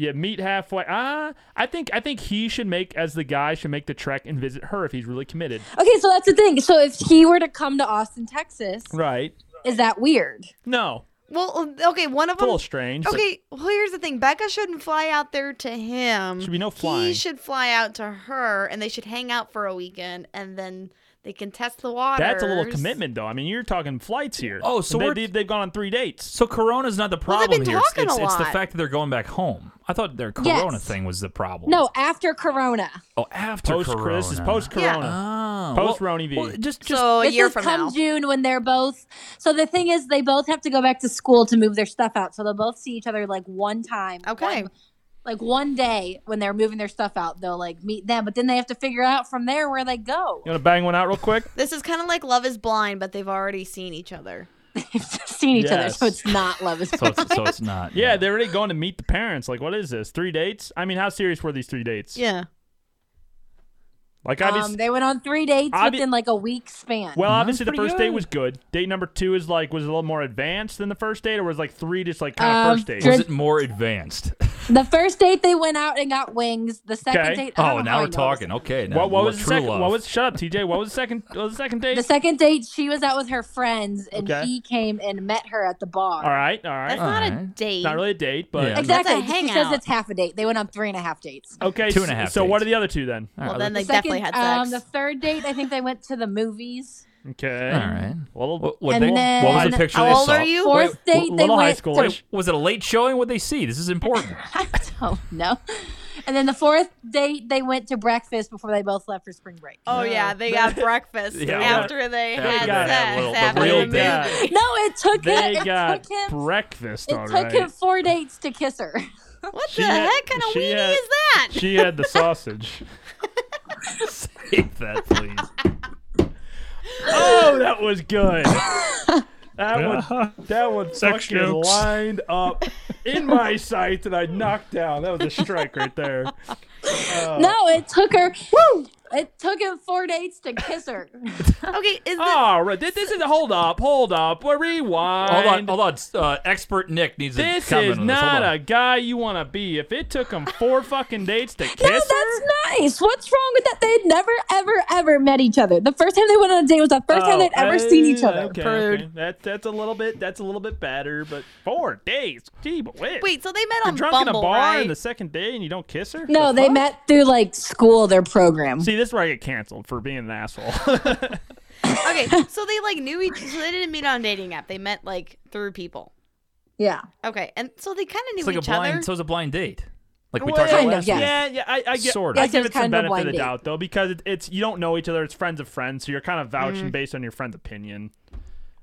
S2: Yeah, meet halfway. Ah, I think I think he should make as the guy should make the trek and visit her if he's really committed.
S3: Okay, so that's the thing. So if he were to come to Austin, Texas,
S2: Right.
S3: is that weird?
S2: No,
S1: Well, um, okay, one of
S2: it's a
S1: them.
S2: little strange. but-
S1: Okay, well, here's the thing. Becca shouldn't fly out there to him.
S2: Should be no
S1: He
S2: flying.
S1: should fly out to her, and they should hang out for a weekend, and then they can test the waters.
S2: That's a little commitment, though. I mean, you're talking flights here.
S4: Oh, so
S2: they,
S4: we're-
S2: they, they've gone on three dates.
S4: So Corona's not the
S1: Well, they've
S4: problem
S1: been
S4: here. It's-
S1: talking
S4: it's,
S1: a
S4: it's the
S1: lot.
S4: fact that they're going back home. I thought their Corona
S3: Yes.
S4: thing was the problem.
S3: No, after Corona.
S4: Oh, after
S2: Post
S4: Corona.
S2: Chris is post Corona.
S4: Oh,
S2: Post
S4: well-
S2: Rony V.
S4: Well, just just
S1: so a
S3: this
S1: year
S3: is
S1: from
S3: come
S1: now.
S3: June when they're both. So the thing is, they both have to go back to school to move their stuff out. So they'll both see each other like one time.
S1: Okay.
S3: one- like one day when they're moving their stuff out, they'll like meet them. But then they have to figure out from there where they go.
S2: You want to bang one out real quick?
S1: This is kind of like Love is Blind, but they've already seen each other.
S3: They've seen each other, so
S2: Yes.
S3: it's not love is
S4: so it's, so it's not.
S2: Yeah, they're already going to meet the parents. Like, what is this? Three dates? I mean, how serious were these three dates?
S1: Yeah.
S2: Like, obviously,
S3: Um, they went on three dates
S2: Obvi-
S3: within like a week span.
S2: well,
S4: That's
S2: obviously the
S4: pretty
S2: first
S4: good.
S2: date was good. Date number two is like was a little more advanced than the first date, or was like three just like kind of
S3: Um,
S2: first date?
S3: Dr-
S4: Was it more advanced?
S3: the first date they went out and got wings. The second
S2: Okay.
S3: date. I don't
S4: Oh,
S3: know
S4: now
S3: how I
S4: we're
S3: know
S4: talking. Okay. Now,
S2: what, what was the
S4: true
S2: second?
S4: love?
S2: What was? Shut up, TJ. What was the second? What was the second date?
S3: this. The second date, she was out with her friends, and
S2: Okay.
S3: he came and met her at the bar.
S2: all right, all right.
S1: That's not a
S4: Alright.
S1: date.
S2: not really a date, but
S4: Yeah.
S3: Exactly.
S1: That's a
S3: she
S1: hangout.
S3: says it's half a date. They went on three and a half dates.
S2: okay.
S4: Two and a half
S2: So what
S4: dates.
S2: are the other two then?
S4: All right,
S1: Well, then
S4: let's-
S1: they definitely had
S3: Um,
S1: sex.
S3: the third date, I think they went to the movies.
S2: Okay.
S4: all right.
S2: Well,
S4: What, what
S3: And
S4: they-
S3: then-
S4: what was the picture they
S1: How old
S4: saw?
S1: are you?
S3: Fourth date,
S2: a
S3: they
S2: little high
S3: went.
S2: schoolish.
S3: To,
S4: Was it a late showing? What they see? This is important.
S3: I don't know. And then the fourth date, they went to breakfast before they both left for spring break.
S1: Oh yeah, they got breakfast
S4: Yeah,
S1: after they
S4: yeah,
S1: had
S2: they got
S4: that
S1: sex.
S4: little- the
S1: after
S4: real
S1: the
S4: date.
S1: movie.
S2: Yeah.
S3: No, it took
S2: They
S3: it. It
S2: got
S3: took him.
S2: breakfast.
S3: It
S2: all
S3: took
S2: right.
S3: him four dates to kiss her.
S1: What
S2: She
S1: the
S2: had-
S1: heck kind of
S2: she
S1: weenie
S2: had-
S1: is that?
S2: She had the sausage.
S4: Save that, please.
S2: oh, that was good. That one That one
S5: Sex
S2: fucking
S5: jokes.
S2: lined up in my sight and I knocked down. That was a strike right there. Oh.
S3: No, it took her. Woo! It took him four dates to kiss her.
S1: okay, is this
S2: All right, this is hold up, hold up, rewind.
S4: Hold
S3: Oh,
S4: on, hold on. Uh, expert Nick needs
S2: This
S4: to comment
S2: is
S4: on this. Hold
S2: not
S4: on.
S2: a guy you want to be. If it took him four fucking dates to
S3: No,
S2: kiss
S3: that's nice. What's wrong with that? They had never, ever, ever met each other. The first time they went on a date was the first time they'd ever seen each other.
S2: Oh, Okay,
S1: Prude.
S2: okay. That, that's a little bit. That's a little bit better. But four days. Gee, but wait.
S1: wait? So they met
S2: you're
S1: on
S2: drunk
S1: Bumble,
S2: in a bar
S1: right?
S2: and the second day, and you don't kiss her.
S3: No,
S2: The
S3: they
S2: fuck?
S3: met through like school, their program.
S2: See, this is where I get canceled for being an asshole.
S1: okay, so they like knew each. So they didn't meet on a dating app. They met like through people.
S3: yeah.
S1: Okay, and so they kind of knew
S4: It's like a
S1: each
S4: blind.
S1: other.
S4: So it's a blind date. Like we
S2: Well,
S4: talked about
S3: Kind of,
S4: last
S3: yes.
S4: week.
S2: Yeah, yeah, I, I get,
S4: Sort
S2: sort
S4: of.
S2: of. I
S3: Yes, it
S2: give
S3: was
S2: it some
S3: kind of
S2: benefit of the
S3: windy.
S2: doubt though, because it, it's you don't know each other. It's friends of friends, so you're kind of
S3: Mm.
S2: vouching based on your friend's opinion,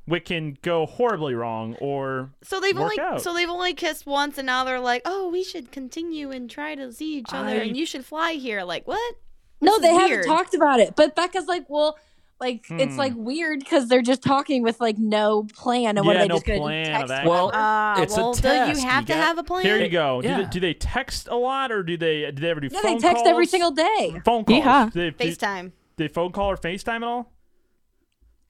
S2: which can go horribly wrong. Or
S1: so they've
S2: work
S1: only
S2: out.
S1: so they've only kissed once, and now they're like, oh, we should continue and try to see each other,
S2: I-
S1: and you should fly here. Like what?
S3: No,
S1: This is
S3: they
S1: weird.
S3: haven't talked about it. But Becca's like, well, like it's
S2: Hmm.
S3: like weird because they're just talking with like no plan and what
S2: Yeah,
S3: are they
S2: no
S3: just going
S2: plan
S3: to
S2: of
S3: text?
S2: action.
S4: Well,
S1: Uh,
S4: It's a
S1: well, do
S4: test.
S1: you have
S4: You
S1: to
S4: got-
S1: have a plan?
S2: here you go. Do,
S4: Yeah.
S2: they, do they text a lot, or do they do they ever do
S3: no,
S2: phone
S3: they text
S2: calls?
S3: every single day.
S2: phone calls?
S6: Yeehaw.
S2: Do they, do-
S1: FaceTime.
S2: do they phone call or FaceTime at all?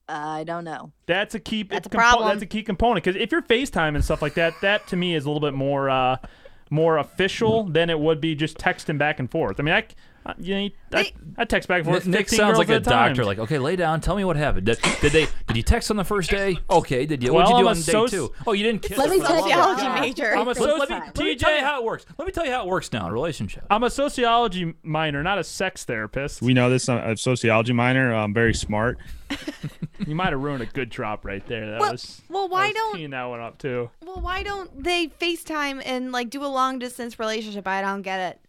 S3: Uh, I don't know.
S2: That's a key.
S1: That's
S2: it's
S1: a problem.
S2: That's a key component because if you're FaceTime and stuff like that, that to me is a little bit more uh, more official than it would be just texting back and forth. I mean, I, c- I- you know, I,
S1: They-
S2: I text back and forth.
S4: Nick, Nick
S2: 15
S4: sounds
S2: girls
S4: like
S2: at
S4: a doctor.
S2: Time.
S4: Like, okay, lay down. Tell me what happened. Did, did they? Did you text on the first day? Okay. Did you?
S2: Well,
S4: what'd you do
S2: I'm a
S4: on
S2: soc-
S4: day two? Oh, you didn't kiss.
S3: Let
S4: her
S3: me
S4: for
S3: tell
S4: the
S3: you
S4: love
S1: Sociology
S4: of God.
S1: major.
S4: I'm a
S3: First
S4: soc- let me,
S3: time.
S4: TJ, how it works. Let me tell you how it works now in relationships.
S2: I'm a sociology minor, not a sex therapist.
S5: We know this. I'm a sociology minor. I'm very smart.
S2: you might have ruined a good drop right there. That
S1: Well-
S2: was
S1: well, why
S2: I was
S1: don't-
S2: teeing that one up too?
S1: Well, why don't they FaceTime and like do a long distance relationship? I don't get it.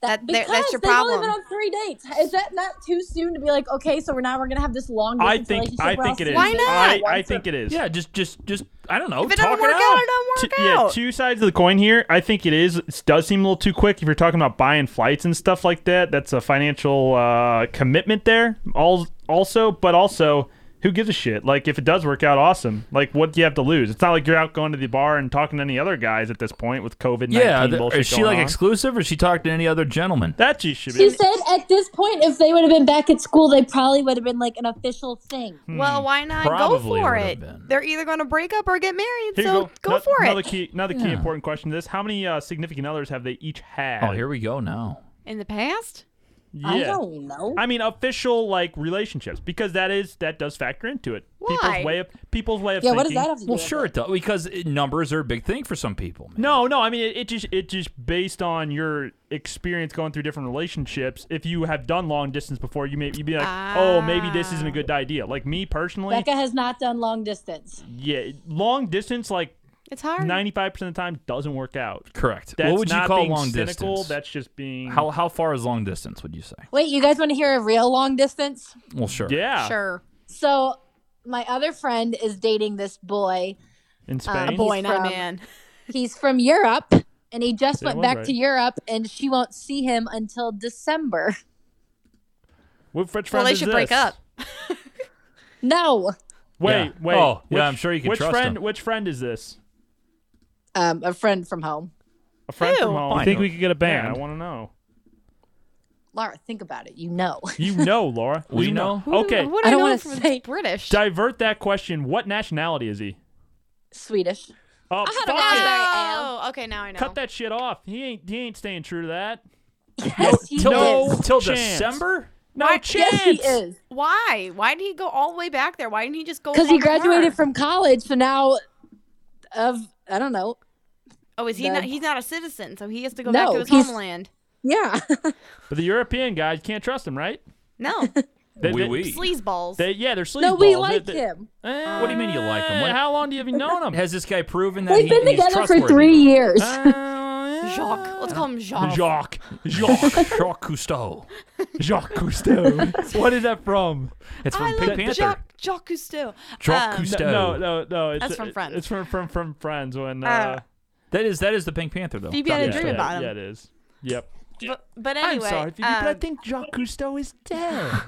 S1: That- there-
S3: because
S1: that's your
S3: they've only been
S1: problem.
S3: on three dates. Is that not too soon to be like, okay, so we're now we're gonna have this long
S2: I
S3: distance
S2: think
S3: relationship
S2: I
S3: where
S2: think
S3: I'll
S2: it is.
S1: Why
S3: see you
S2: I,
S1: not?
S3: once
S2: I
S3: or-
S2: think it is.
S4: Yeah, just, just, just. I don't know.
S1: If it
S4: talk
S1: doesn't work
S4: it
S1: out,
S4: out.
S1: it
S2: T-
S1: don't work
S2: yeah,
S1: out.
S2: two sides of the coin here. I think it is. It does seem a little too quick if you're talking about buying flights and stuff like that. That's a financial uh, commitment there. All also, but also who gives a shit? Like, if it does work out, awesome. Like, what do you have to lose? It's not like you're out going to the bar and talking to any other guys at this point with COVID nineteen
S4: Yeah, th-
S2: bullshit
S4: is she
S2: going
S4: like
S2: on.
S4: exclusive, or is she talking to any other gentleman?
S2: that you should
S3: She
S2: be.
S3: said at this point, if they would have been back at school, they probably would have been like an official thing.
S1: Well, why not go
S4: Probably
S1: for
S4: would've
S1: it?
S4: been.
S1: They're either going to break up or get married,
S2: Here you
S1: so go,
S2: No-
S1: for
S2: another
S1: it.
S2: Key, another key
S4: Yeah.
S2: important question to this: How many uh, significant others have they each had?
S4: Oh, here we go now.
S1: In the past,
S2: Yeah.
S3: I don't know.
S2: I mean official like relationships because that is that does factor into it.
S1: Why?
S2: People's way of people's way of
S3: yeah,
S2: thinking.
S3: what does that have to do?
S4: Well,
S3: with
S4: sure
S3: it?
S4: it does because it- numbers are a big thing for some people. Man.
S2: No, no. I mean, it, it just it just based on your experience going through different relationships. If you have done long distance before, you may you be like, oh, maybe this
S1: Ah.
S2: isn't a good idea. Like me personally,
S3: Becca has not done long distance.
S2: yeah, long distance like
S1: it's hard.
S2: ninety five percent of the time doesn't work out.
S4: Correct.
S2: That's
S4: what would you
S2: not
S4: call
S2: being
S4: long
S2: cynical,
S4: distance?
S2: That's just being
S4: how how far is long distance? Would you say?
S3: Wait, you guys want to hear a real long distance?
S4: Well, sure.
S2: yeah
S1: Sure.
S3: So, my other friend is dating this boy.
S2: in Spain.
S1: A boy,
S3: He's
S1: not a
S3: from-
S1: man.
S3: He's from Europe, and he just
S2: Say
S3: went
S2: what,
S3: back
S2: right?
S3: to Europe, and she won't see him until December.
S2: what French
S1: Well,
S2: friend
S1: they
S2: is
S1: should break
S2: this?
S1: up.
S3: No,
S2: Wait,
S4: Yeah.
S2: wait.
S4: Oh, yeah,
S2: which-
S4: I'm sure you can
S2: Which
S4: trust
S2: friend?
S4: him.
S2: Which friend is this?
S3: um, a friend from home.
S2: A friend
S1: Who?
S2: from home.
S5: I think we could get a
S2: Yeah,
S5: band.
S2: I want to know.
S3: Laura, think about it. You know.
S2: You know, Laura.
S4: We
S2: You
S1: Who do-
S2: Okay.
S1: Who do
S3: I
S1: I
S3: don't
S1: know
S3: wanna
S1: from
S3: say-
S1: British?
S2: Divert that question. What nationality is he?
S3: Swedish.
S2: Oh,
S3: a
S2: fuck
S3: raspberry.
S2: it.
S1: oh, okay, now I know.
S2: Cut that shit off. He ain't. He ain't staying true to that.
S3: Yes, he
S4: Oh, Till,
S2: No
S3: is.
S4: till
S2: chance.
S4: December?
S2: No
S1: Why-
S2: chance.
S3: Yes, he is.
S1: Why? Why did he go all the way back there? Why didn't he just go?
S3: Because he
S1: along with her?
S3: graduated from college, so now, of I don't know.
S1: Oh, is he
S3: the-
S1: not? He's not a citizen, so he has to go
S3: No,
S1: back to his
S3: he's-
S1: homeland.
S3: Yeah.
S2: But the European guys can't trust him, right?
S1: No,
S2: They,
S4: Oui,
S2: they-
S4: oui.
S1: sleaze balls.
S2: they- yeah, they're sleazeballs.
S3: no, we
S2: They-
S3: like
S2: they-
S3: him.
S2: Eh,
S4: What do you mean you like him? What-
S2: How long do you have you known him?
S4: Has this guy proven that
S3: They've
S4: he,
S3: been
S4: he's
S3: together for
S4: trustworthy?
S3: three years.
S2: Uh,
S1: Jacques. Let's call him Jacques.
S2: Jacques. Jacques.
S4: Jacques Cousteau.
S2: Jacques Cousteau. what is that from?
S4: It's
S1: I
S4: from
S1: love
S4: Pink Panther.
S1: Jacques, Jacques Cousteau.
S4: Jacques
S1: Um,
S4: Cousteau.
S2: No, no, no. It's,
S1: That's from Friends.
S2: It's from from from Friends when. Uh,
S1: Uh,
S4: That is that is the Pink Panther though.
S1: You be had a
S2: yeah,
S1: dream
S2: yeah,
S1: about him.
S2: Yeah, it is. Yep.
S1: But, but anyway,
S2: I'm sorry, Phoebe,
S1: um,
S2: but I think Jacques Cousteau is dead.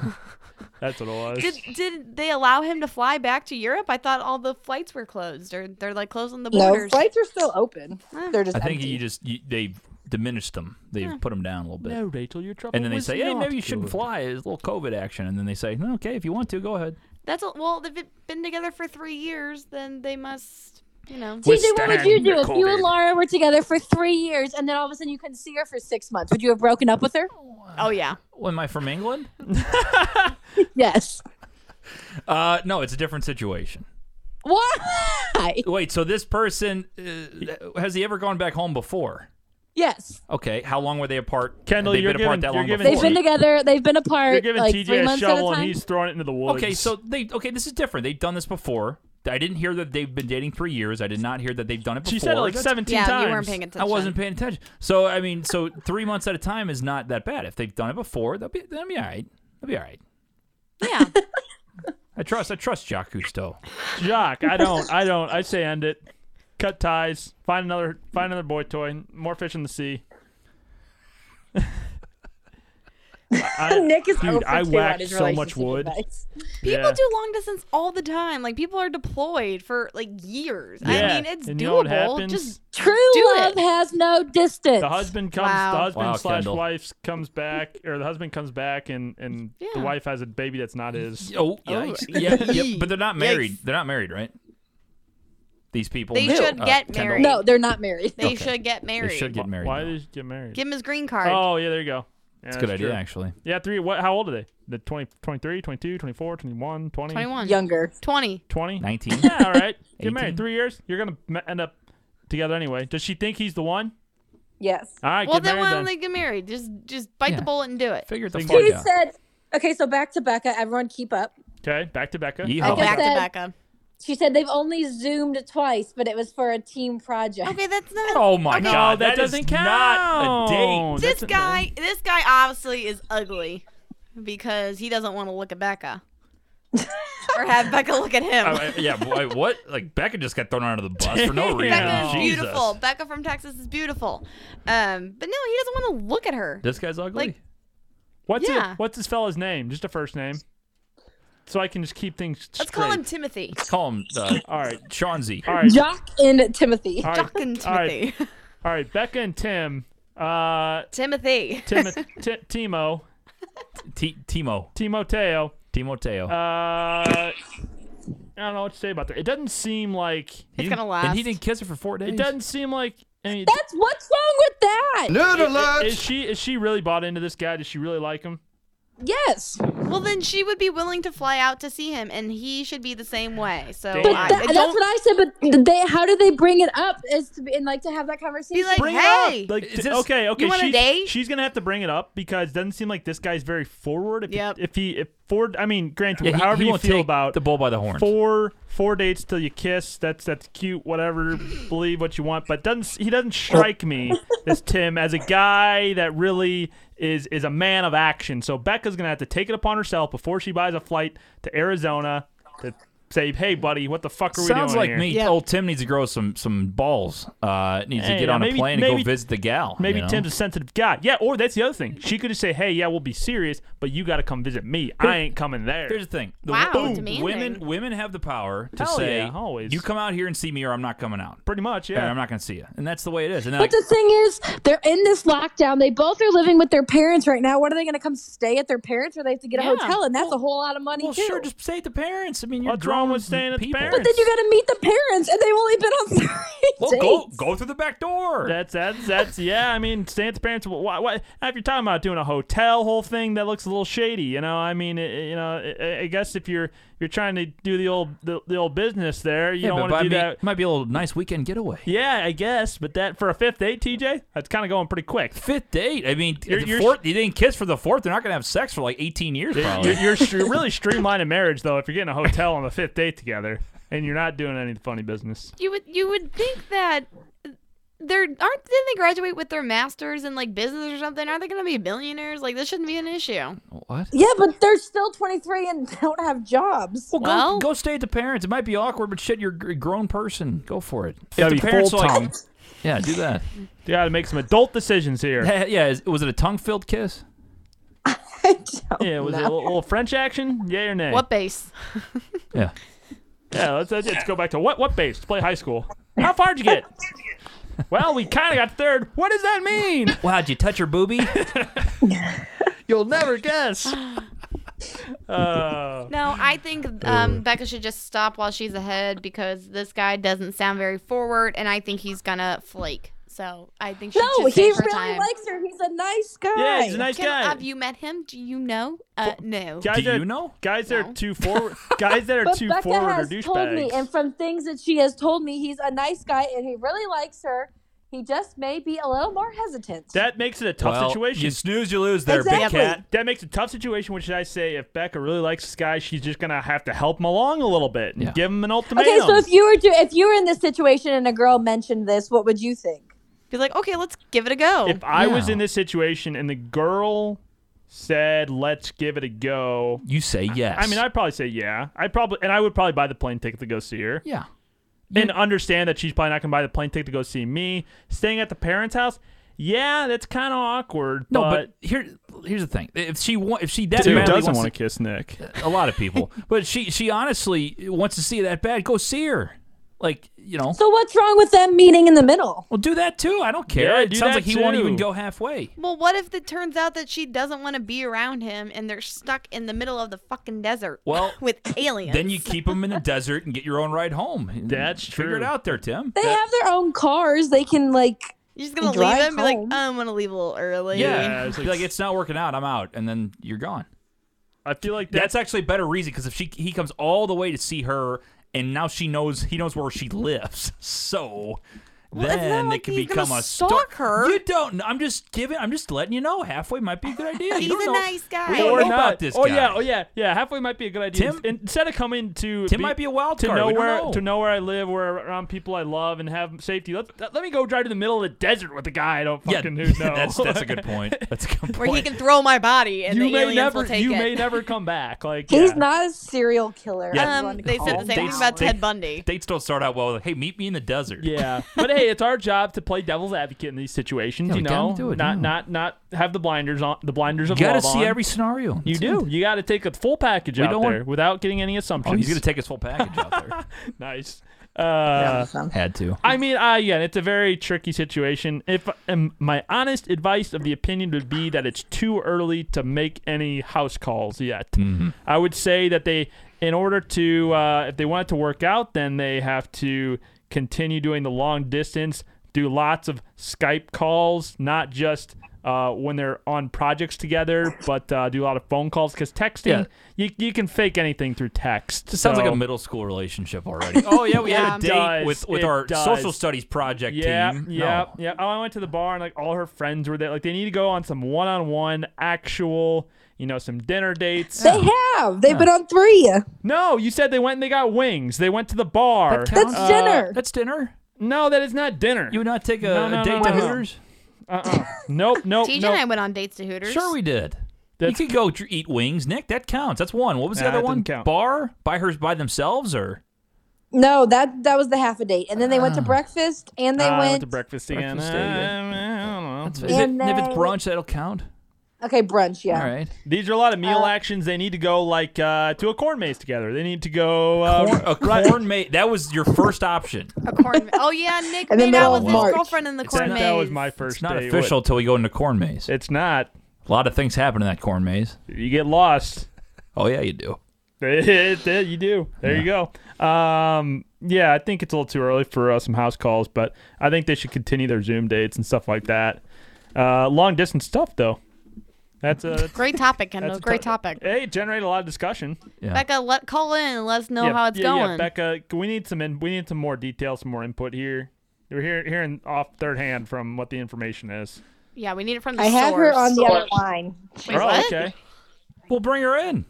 S2: That's what it was.
S1: did did they allow him to fly back to Europe? I thought all the flights were closed, or they're like closing the
S3: No,
S1: borders.
S3: flights are still open. They're just
S4: I think
S3: empty.
S4: you just you, they've diminished them. They've put them down a little bit.
S2: no, Rachel, your trouble.
S4: And then they
S2: was
S4: say, "Hey,
S2: not
S4: maybe you shouldn't
S2: good."
S4: fly. It's a little COVID action." And then they say, "No, "Okay, if you want to, go ahead."
S1: That's a, well, they've been together for three years, then they must, you know.
S3: TJ, what would you do if you
S4: COVID.
S3: and Laura were together for three years and then all of a sudden you couldn't see her for six months? Would you have broken up with her?
S1: Oh yeah,
S4: Well, am I from England?
S3: Yes.
S4: Uh, no, it's a different situation.
S3: Why?
S4: Wait, so this person uh, has he ever gone back home before?
S3: Yes.
S4: Okay, how long were they apart?
S2: Kendall,
S4: They've
S2: you're
S4: been
S2: giving-
S4: apart that
S2: you're
S4: long
S2: giving-
S3: They've
S4: before.
S3: been together. They've been apart.
S2: You're giving
S3: like three
S2: TJ a
S3: months at a
S2: shovel and
S3: time.
S2: he's throwing it into the woods.
S4: Okay, so they okay. This is different. They've done this before. I didn't hear that they've been dating three years. I did not hear that they've done it before.
S2: she said it like
S4: That's-
S2: 17
S1: yeah,
S2: times.
S1: you weren't paying attention.
S4: I wasn't paying attention. So I mean, so three months at a time is not that bad. If they've done it before, they'll be they'll be all right. They'll be all right.
S1: Yeah,
S4: I trust I trust Jacques Cousteau.
S2: Jacques, I don't, I don't. I say end it. Cut ties. Find another, find another boy toy. More fish in the sea. I-
S3: Nick is
S2: Dude,
S3: over
S2: I
S3: two
S2: whacked
S3: on his
S2: so
S3: relationship
S2: much wood.
S3: advice.
S1: people
S2: Yeah.
S1: do long distance all the time. Like people are deployed for like years.
S2: yeah.
S1: I mean, it's
S2: and you know what
S1: doable.
S2: happens?
S1: Just
S3: True
S1: Do it.
S3: love has no distance.
S2: the husband comes
S1: Wow.
S2: the husband
S4: Wow,
S2: slash
S4: Kendall.
S2: wife comes back or the husband comes back and and the
S1: Yeah.
S2: wife has a baby that's not his
S4: Oh, yikes. yeah, yeah, but they're not married. They're not married, right? These people.
S1: They
S4: Nick-
S1: should get
S4: Kendall.
S1: married.
S3: no, they're not married.
S1: they should get married.
S4: They should get married.
S2: why
S4: though.
S2: did he get married
S1: Give him his green card.
S2: oh yeah there you go yeah,
S4: That's a good idea,
S2: true.
S4: actually.
S2: yeah three what how old are they the 20 23 22 24 21 20
S1: 21.
S3: Younger.
S1: 20.
S2: 20
S4: Nineteen.
S2: yeah all right get
S4: 18.
S2: married three years you're gonna m- end up together anyway does she think he's the one
S3: Yes.
S2: all right
S1: Well,
S2: get
S1: then why
S2: married
S1: don't they get married? Just just bite
S4: Yeah.
S1: the bullet and do it.
S4: Figure the
S2: He
S4: fuck
S3: He
S4: out.
S3: said, okay, so back to Becca. Everyone keep up.
S2: okay back to becca
S4: Yeehaw.
S1: Oh,
S3: I guess
S1: back to
S3: that-
S1: Becca.
S3: She said they've only Zoomed twice, but it was for a team project.
S1: Okay, that's not.
S4: Oh my
S2: no
S4: god,
S2: that,
S4: is
S2: doesn't count
S4: Not a date.
S1: this
S2: That's-
S1: guy, this guy obviously is ugly because he doesn't want to look at Becca or have Becca look at
S2: Oh,
S1: him.
S4: I- I- Uh, yeah, boy, what? Like Becca just got thrown under the bus for no
S2: Damn.
S4: reason.
S1: Becca is
S2: Oh.
S4: Jesus.
S1: beautiful. Becca from Texas is beautiful. Um, but no, he doesn't want to look at her.
S4: This guy's ugly.
S1: Like-
S2: what's
S1: Yeah.
S2: it, what's this fella's name just a first name so I can just keep things straight.
S1: Let's call him Timothy.
S4: Call him uh,
S2: All right.
S4: Chauncey.
S2: All right.
S3: Jock and Timothy.
S2: All
S1: Jock
S2: right.
S1: and
S2: All right.
S1: Timothy.
S2: All right. Becca and Tim. Uh,
S1: Timothy.
S2: Tim, T- Timo,
S4: T- Timo.
S2: Timoteo.
S4: Timoteo.
S2: Uh, I don't know what to say about that. It doesn't seem like
S1: gonna
S4: He didn't- And he
S1: last.
S4: didn't kiss her for four days.
S2: it doesn't seem like. I mean,
S3: That's what's wrong with that.
S6: Nerd alert!
S2: is she is she really bought into this guy? Does she really like him?
S3: Yes,
S1: Well, then she would be willing to fly out to see him, and he should be the same way. So
S2: Damn.
S3: but
S1: I, I
S3: tha- that's
S1: don't
S3: what I said. But they, how do they bring it up? Is to be and like to have that
S1: be
S3: conversation.
S1: like,
S2: Bring
S1: hey,
S2: it up. Like,
S4: Is
S2: t-
S4: this-
S2: okay, okay.
S1: want a
S2: she's,
S1: date?
S2: she's gonna have to bring it up because it doesn't seem like this guy's very forward. If, he-
S1: Yep.
S2: if he if forward, I mean, granted,
S4: Yeah, he-
S2: however
S4: he
S2: you
S4: won't
S2: feel
S4: take
S2: about
S4: the bull by the horns.
S2: four four dates till you kiss. That's that's cute. Whatever, believe what you want. But doesn't he doesn't strike me as Tim as a guy that really is is a man of action. So Becca's gonna have to take it upon herself before she buys a flight to Arizona to say, "Hey, buddy, what the fuck are we
S4: Sounds
S2: doing
S4: like
S2: here?"
S4: me. Old Tim needs to grow some some balls. Uh, needs
S2: Hey,
S4: to get
S2: yeah,
S4: on
S2: maybe-
S4: a plane
S2: maybe-
S4: and go visit the gal.
S2: Maybe
S4: you know?
S2: Tim's a sensitive guy. Yeah, or that's the other thing. She could just say, "Hey, yeah, we'll be serious, but you got to come visit me. I ain't coming there."
S4: Here's the thing. The
S1: Wow,
S4: wo-
S1: demanding.
S4: women women have the power to
S2: Hell
S4: say,
S2: yeah, always.
S4: "You come out here and see me, or I'm not coming out,
S2: Pretty much,
S4: and
S2: yeah.
S4: I'm not going to see you." And that's the way it is. And then,
S3: But
S4: like,
S3: the thing is, they're in this lockdown. They both are living with their parents right now. What are they going to come stay at their parents, or they have to get a
S1: Yeah.
S3: hotel, and that's a whole lot of money
S4: well,
S3: too.
S4: sure, just stay at the parents. I mean, you're
S2: What's wrong
S4: grown
S2: with staying at the
S4: people.
S2: parents?
S3: but then you got to meet the parents, and they've only been on three
S4: Well,
S3: dates.
S4: go go through the back door.
S2: That's that's that's yeah. I mean, Stan's parents. Why, why, if you're talking about doing a hotel whole thing, that looks a little shady. You know, I mean, it, you know, I I guess if you're you're trying to do the old the, the old business there, you
S4: yeah,
S2: don't
S4: but
S2: want
S4: by
S2: to do
S4: me-
S2: that.
S4: Might be a little nice weekend getaway.
S2: Yeah, I guess. But that for a fifth date, TJ, that's kind of going pretty quick.
S4: Fifth date. I mean,
S2: You're-
S4: the
S2: you're-
S4: fourth. You didn't kiss for the fourth. They're not going to have sex for like 18 years. Probably.
S2: You're, you're str- really streamlining marriage though if you're getting a hotel on the fifth date together and you're not doing any funny business.
S1: You would you would think that they're aren't didn't they graduate with their masters in like business or something? Aren't they gonna be millionaires? Like this shouldn't be an issue.
S4: what?
S3: Yeah, but they're still 23 and don't have jobs.
S4: Well, go,
S1: Well-
S4: go stay at the parents. It might be awkward, but shit, you're a grown person. Go for it. If
S2: Gotta
S4: the
S2: be
S4: parents are like-
S2: full-time.
S4: yeah, do that.
S2: You got to make some adult decisions here.
S4: Hey, yeah, is, was it a tongue-filled kiss?
S3: I don't
S2: Yeah, was it a
S3: know.
S2: little, little French action? Yeah or nay?
S1: What base?
S4: Yeah.
S2: Yeah, let's, let's let's go back to what what base? Let's play high school. How far'd you get? well, we kind of got third. What does that mean?
S4: Wow, did you touch her boobie?
S2: You'll never guess. Uh,
S1: No, I think um, Becca should just stop while she's ahead because this guy doesn't sound very forward, and I think he's gonna flake. So I think she
S3: No,
S1: should
S3: he
S1: save her
S3: really
S1: time.
S3: likes her. He's a nice guy.
S2: yeah, he's a nice
S1: Can-
S2: guy.
S1: Have you met him? Do you know? Uh, no.
S2: Guys
S4: Do
S2: that-
S4: you know?
S2: Guys that are too forward. Guys that are
S3: But
S2: too
S3: Becca
S2: forward are
S3: has told me, and
S2: douchebags.
S3: from things that she has told me, he's a nice guy and he really likes her. He just may be a little more hesitant.
S2: That makes it a tough
S4: Well,
S2: situation.
S4: You snooze, you lose. There,
S3: Exactly.
S4: big cat.
S2: That makes a tough situation, which I say if Becca really likes this guy, she's just gonna have to help him along a little bit and
S4: Yeah.
S2: give him an ultimatum.
S3: okay, so if you were to, if you were in this situation and a girl mentioned this, what would you think?
S1: Be like, okay, let's give it a go.
S2: If I was
S4: Yeah.
S2: in this situation and the girl said, "Let's give it a go,"
S4: You say yes.
S2: I mean, I'd probably say yeah. I probably and I would probably buy the plane ticket to go see her
S4: yeah.
S2: and understand that she's probably not gonna buy the plane ticket to go see me. Staying at the parents' house, yeah, that's kind of awkward.
S4: No,
S2: but,
S4: but, here, here's the thing. If she wa- if she that
S5: Who
S4: badly
S5: doesn't
S4: wants
S5: want to kiss Nick?
S4: a lot of people, but she she honestly wants to see you that bad. Go see her. Like you know,
S3: So what's wrong with them meeting in the middle?
S4: well, do that too. I don't care.
S2: Yeah,
S4: it
S2: do
S4: sounds
S2: that
S4: like he won't
S2: too.
S4: even go halfway.
S1: well, what if it turns out that she doesn't want to be around him and they're stuck in the middle of the fucking desert
S4: Well,
S1: with aliens?
S4: Then you keep them in the desert and get your own ride home.
S2: That's
S4: Figure it
S2: true.
S4: out there, Tim.
S3: They have their own cars. They can like.
S1: You're just gonna
S3: You
S1: leave
S3: drive
S1: him, be like,
S3: home.
S1: I'm gonna leave a little early.
S2: Yeah, it's
S4: Be
S2: like-
S4: like, it's not working out. I'm out, and then you're gone.
S2: I feel like that's
S4: That's actually a better reason because if she he comes all the way to see her, and now she knows he knows where she lives, so
S1: it's not
S4: then
S1: like
S4: it can
S1: he's gonna
S4: become a
S1: stalk her.
S4: You don't. know. I'm just giving. I'm just letting you know. Halfway might be a good idea. You
S1: He's
S4: don't
S1: a
S4: know.
S1: nice guy.
S4: We don't
S2: or
S4: know
S2: not.
S4: about this
S2: oh
S4: guy.
S2: yeah, oh yeah, yeah. Halfway might be a good idea.
S4: Tim-
S2: Instead of coming to
S4: Tim might be a wild
S2: to
S4: card.
S2: know
S4: We don't
S2: where
S4: know.
S2: to know where I live, where around people I love and have safety. Let let me go drive to the middle of the desert with a guy I don't
S4: Yeah,
S2: fucking who know.
S4: that's that's a good point. That's a good
S1: Where he
S4: point.
S1: can throw my body and
S2: you
S1: the
S2: may
S1: aliens
S2: never
S1: will take
S2: you
S1: it.
S2: may never come back. Like
S3: He's
S2: yeah.
S3: not a serial killer.
S4: Yeah.
S3: as you
S1: um,
S3: wanna
S1: they
S3: call
S1: said the
S3: him.
S1: same thing
S4: They-
S1: about
S4: they-
S1: Ted Bundy.
S4: Dates don't start out well. With, hey, meet me in the desert.
S2: Yeah, but hey, it's our job to play devil's advocate in these situations.
S4: Yeah,
S2: you
S4: we gotta
S2: know,
S4: do it,
S2: not
S4: yeah.
S2: not not have the blinders on. The blinders of
S4: You gotta
S2: love
S4: see
S2: on.
S4: every scenario.
S2: You
S4: That's
S2: do.
S4: it.
S2: You got to take a full package
S4: We
S2: out
S4: don't
S2: there
S4: want-
S2: without getting any assumptions.
S4: Oh, he's gonna take his full package out there.
S2: nice. Uh,
S4: Had to.
S2: I mean, I, again, it's a very tricky situation. If um, my honest advice of the opinion would be that it's too early to make any house calls yet.
S4: Mm-hmm.
S2: I would say that they, in order to, uh, if they want it to work out, then they have to continue doing the long distance, do lots of Skype calls, not just. Uh, when they're on projects together, but uh, do a lot of phone calls because texting, you, you can fake anything through text.
S4: This sounds like
S2: so-
S4: a middle school relationship already. Oh yeah, we
S1: Yeah.
S4: had a date
S2: Does.
S4: with with
S2: It
S4: our
S2: does.
S4: social studies project
S2: Yeah,
S4: team.
S2: yeah,
S4: No.
S2: yeah. Oh, I went to the bar and like all her friends were there. Like they need to go on some one-on-one actual, you know, some dinner dates.
S3: They have. They've been on three.
S2: no, you said they went and they got wings. They went to the bar.
S3: That's dinner.
S4: Uh, That's dinner.
S2: no, that is not dinner.
S4: You would not take a,
S2: No, no,
S4: a date
S2: no,
S4: to
S2: no.
S4: Hooters?
S2: uh-uh. nope, nope,
S1: TJ
S2: nope.
S1: and I went on dates to Hooters.
S4: Sure, we did.
S2: That's-
S4: you could go tr- eat wings, Nick. That counts. That's one. What was the
S2: Nah,
S4: other
S2: that
S4: one?
S2: doesn't count.
S4: Bar by her by themselves or
S3: No, that that was the half a date, and then they went to breakfast, and they
S2: Ah, I
S3: went,
S2: to breakfast again.
S4: Breakfast
S2: Um,
S4: again.
S2: I don't know.
S4: is it,
S3: And
S4: if it's
S3: then-
S4: brunch, that'll count.
S3: okay brunch. Yeah,
S4: All right.
S2: These are a lot of meal actions. They need to go like uh, to a corn maze together. They need to go. Uh,
S4: Corn, a
S2: right-
S4: corn made that was your first option.
S1: A corn. Oh yeah, Nick
S3: In the
S1: made
S3: middle
S1: out
S3: of
S1: with his
S3: March.
S1: girlfriend in the corn
S2: That,
S1: maze.
S2: that was my first.
S4: It's not
S2: day.
S4: official until we go into corn maze.
S2: It's not.
S4: a lot of things happen in that corn maze.
S2: You get lost.
S4: Oh yeah, you do.
S2: It- it- you do. There you go. Um, yeah, I think it's a little too early for uh, some house calls, but I think they should continue their Zoom dates and stuff like that. Uh, long distance stuff, though. That's a that's-
S1: Great topic, Kendall.
S2: that's a
S1: Great
S2: to-
S1: topic.
S2: Hey, it generated a lot of discussion.
S4: Yeah.
S1: Becca, let call in and let us know
S2: yeah,
S1: how it's
S2: yeah,
S1: going.
S2: Yeah, Becca, we need some in, we need some more details, some more input here. We're hear, hearing off third hand from what the information is.
S1: Yeah, we need it from the
S3: I have her
S1: source.
S3: on the other line.
S1: Wait,
S2: oh,
S1: what?
S2: okay.
S4: We'll bring her in.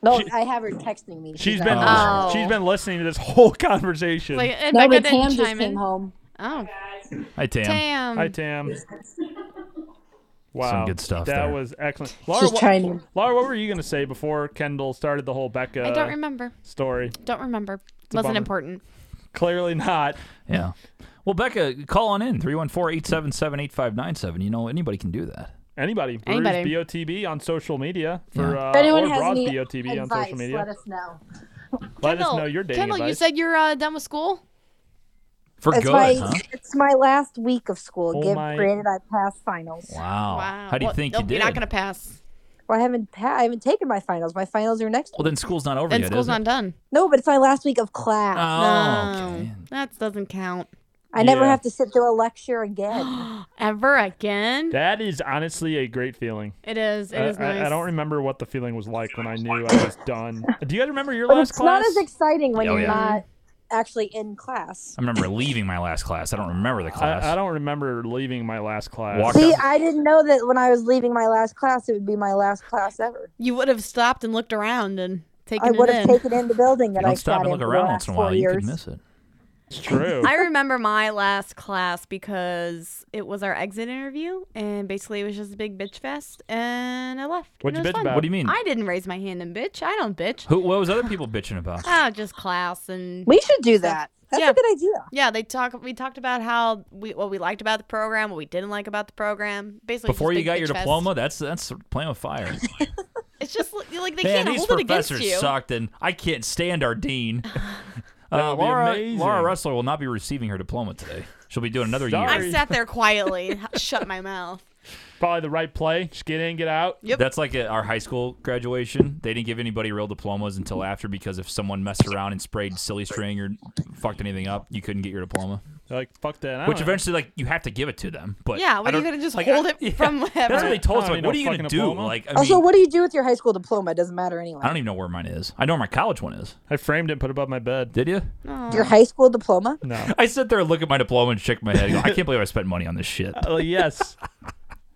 S3: No,
S2: She-
S3: I have her texting me.
S2: She's
S3: not
S2: been
S3: on.
S1: Oh.
S2: she's been listening to this whole conversation.
S1: Like, and
S3: No,
S1: Becca
S3: but Tam
S1: didn't
S3: just
S1: chime
S3: came
S1: in.
S3: home.
S1: Oh,
S4: Hi Tam.
S1: Tam.
S2: Hi Tam. Wow,
S4: good stuff
S2: That
S4: there.
S2: was excellent. Laura,
S3: She's
S2: what-
S3: trying.
S2: Laura, what were you going to say before Kendall started the whole Becca
S1: I don't remember.
S2: story?
S1: Don't remember.
S2: a
S1: Wasn't
S2: bummer.
S1: important.
S2: Clearly not.
S4: Yeah. Well, Becca, call on in 314-877-8597. You know anybody can do that.
S2: Anybody. Bruce
S1: Anybody.
S2: BOTB on social media. For, uh,
S3: If anyone
S2: or
S3: has
S2: Broad's
S3: any
S2: BOTB
S3: advice,
S2: on social media.
S3: let us know.
S2: Let us know your dating
S1: Kendall,
S2: advice.
S1: you said you're uh, done with school.
S4: For
S3: It's
S4: good,
S3: my
S4: huh?
S3: it's my last week of school.
S2: Oh
S3: Give,
S2: my-
S3: granted, I passed finals.
S4: Wow.
S1: Wow.
S4: How do you
S1: Well,
S4: think
S1: nope,
S4: you did?
S1: You're not gonna pass.
S3: Well, I haven't pa- I haven't taken my finals. My finals are next.
S4: Well, then school's not over
S1: Then
S4: yet.
S1: school's
S4: is it?
S1: not done.
S3: No, but it's my last week of class.
S1: Uh,
S4: Oh,
S1: no,
S4: okay.
S1: that doesn't count
S3: I never
S2: yeah.
S3: have to sit through a lecture again.
S1: ever again.
S2: that is honestly a great feeling.
S1: It is. It
S2: I,
S1: is
S2: I-
S1: nice.
S2: I don't remember what the feeling was like when I knew I was done. Do you guys remember your
S3: but
S2: last
S3: it's
S2: class?
S3: not as exciting when
S4: Oh,
S3: you're
S4: yeah.
S3: not actually in class.
S4: I remember leaving my last class. I don't remember the class.
S2: I, I don't remember leaving my last class.
S4: Walk-
S3: See,
S4: down.
S3: I didn't know that when I was leaving my last class, it would be my last class ever.
S1: You would have stopped and looked around and taken
S3: I would
S1: it
S3: have
S1: in.
S3: taken in the building that
S4: You don't
S3: I
S4: stop
S3: sat
S4: and
S3: in
S4: look
S3: for the
S4: around
S3: last
S4: once in a
S3: four
S4: while. You
S3: years.
S4: could miss it.
S2: It's true.
S1: I remember my last class because it was our exit interview, and basically it was just a big bitch fest, and I left. and
S2: What'd
S1: it
S2: you
S1: was
S2: bitch
S1: fun.
S2: about?
S4: What do you mean?
S1: I didn't raise my hand and bitch. I don't bitch.
S4: Who? What was other people bitching about?
S1: Ah, just class and
S3: We should do that. That's
S1: Yeah.
S3: a good idea.
S1: yeah. They talk. We talked about how we what we liked about the program, what we didn't like about the program. Basically,
S4: Before
S1: just
S4: you
S1: big
S4: got your
S1: bitch fest.
S4: diploma, that's that's playing with fire.
S1: it's just li- like they
S4: Man,
S1: can't
S4: these
S1: hold it against
S4: professors
S1: you.
S4: sucked, and I can't stand our dean.
S2: That
S4: Uh,
S2: would be
S4: Laura,
S2: amazing.
S4: Laura Ressler will not be receiving her diploma today. She'll be doing another
S2: Sorry.
S4: year.
S1: I sat there quietly, and h- shut my mouth.
S2: Probably the right play. Just get in, get out.
S1: Yep.
S4: That's like at our high school graduation. They didn't give anybody real diplomas until after because if someone messed around and sprayed silly string or fucked anything up, you couldn't get your diploma.
S2: Like fuck that. I
S4: Which
S2: don't-
S4: eventually, like, you have to give it to them. But
S1: Yeah, what
S4: Oh, I
S1: are you
S4: don't-
S1: gonna just
S4: like,
S1: hold
S4: I-
S1: it
S4: yeah,
S1: from whatever?
S4: That's what they told us.
S2: I don't
S4: Like,
S2: need
S4: what are
S2: no
S4: you gonna
S2: fucking
S4: do?
S2: diploma.
S4: Like, I
S3: Also,
S4: mean,
S3: what do you do with your high school diploma? It doesn't matter anyway.
S4: I don't even know where mine is. I know where my college one is.
S2: I framed it and put it above my bed.
S4: Did you?
S1: Oh,
S3: Your high school diploma?
S2: No.
S4: I sit there and look at my diploma and shake my head. And go, I can't believe I spent money on this shit.
S2: Oh yes.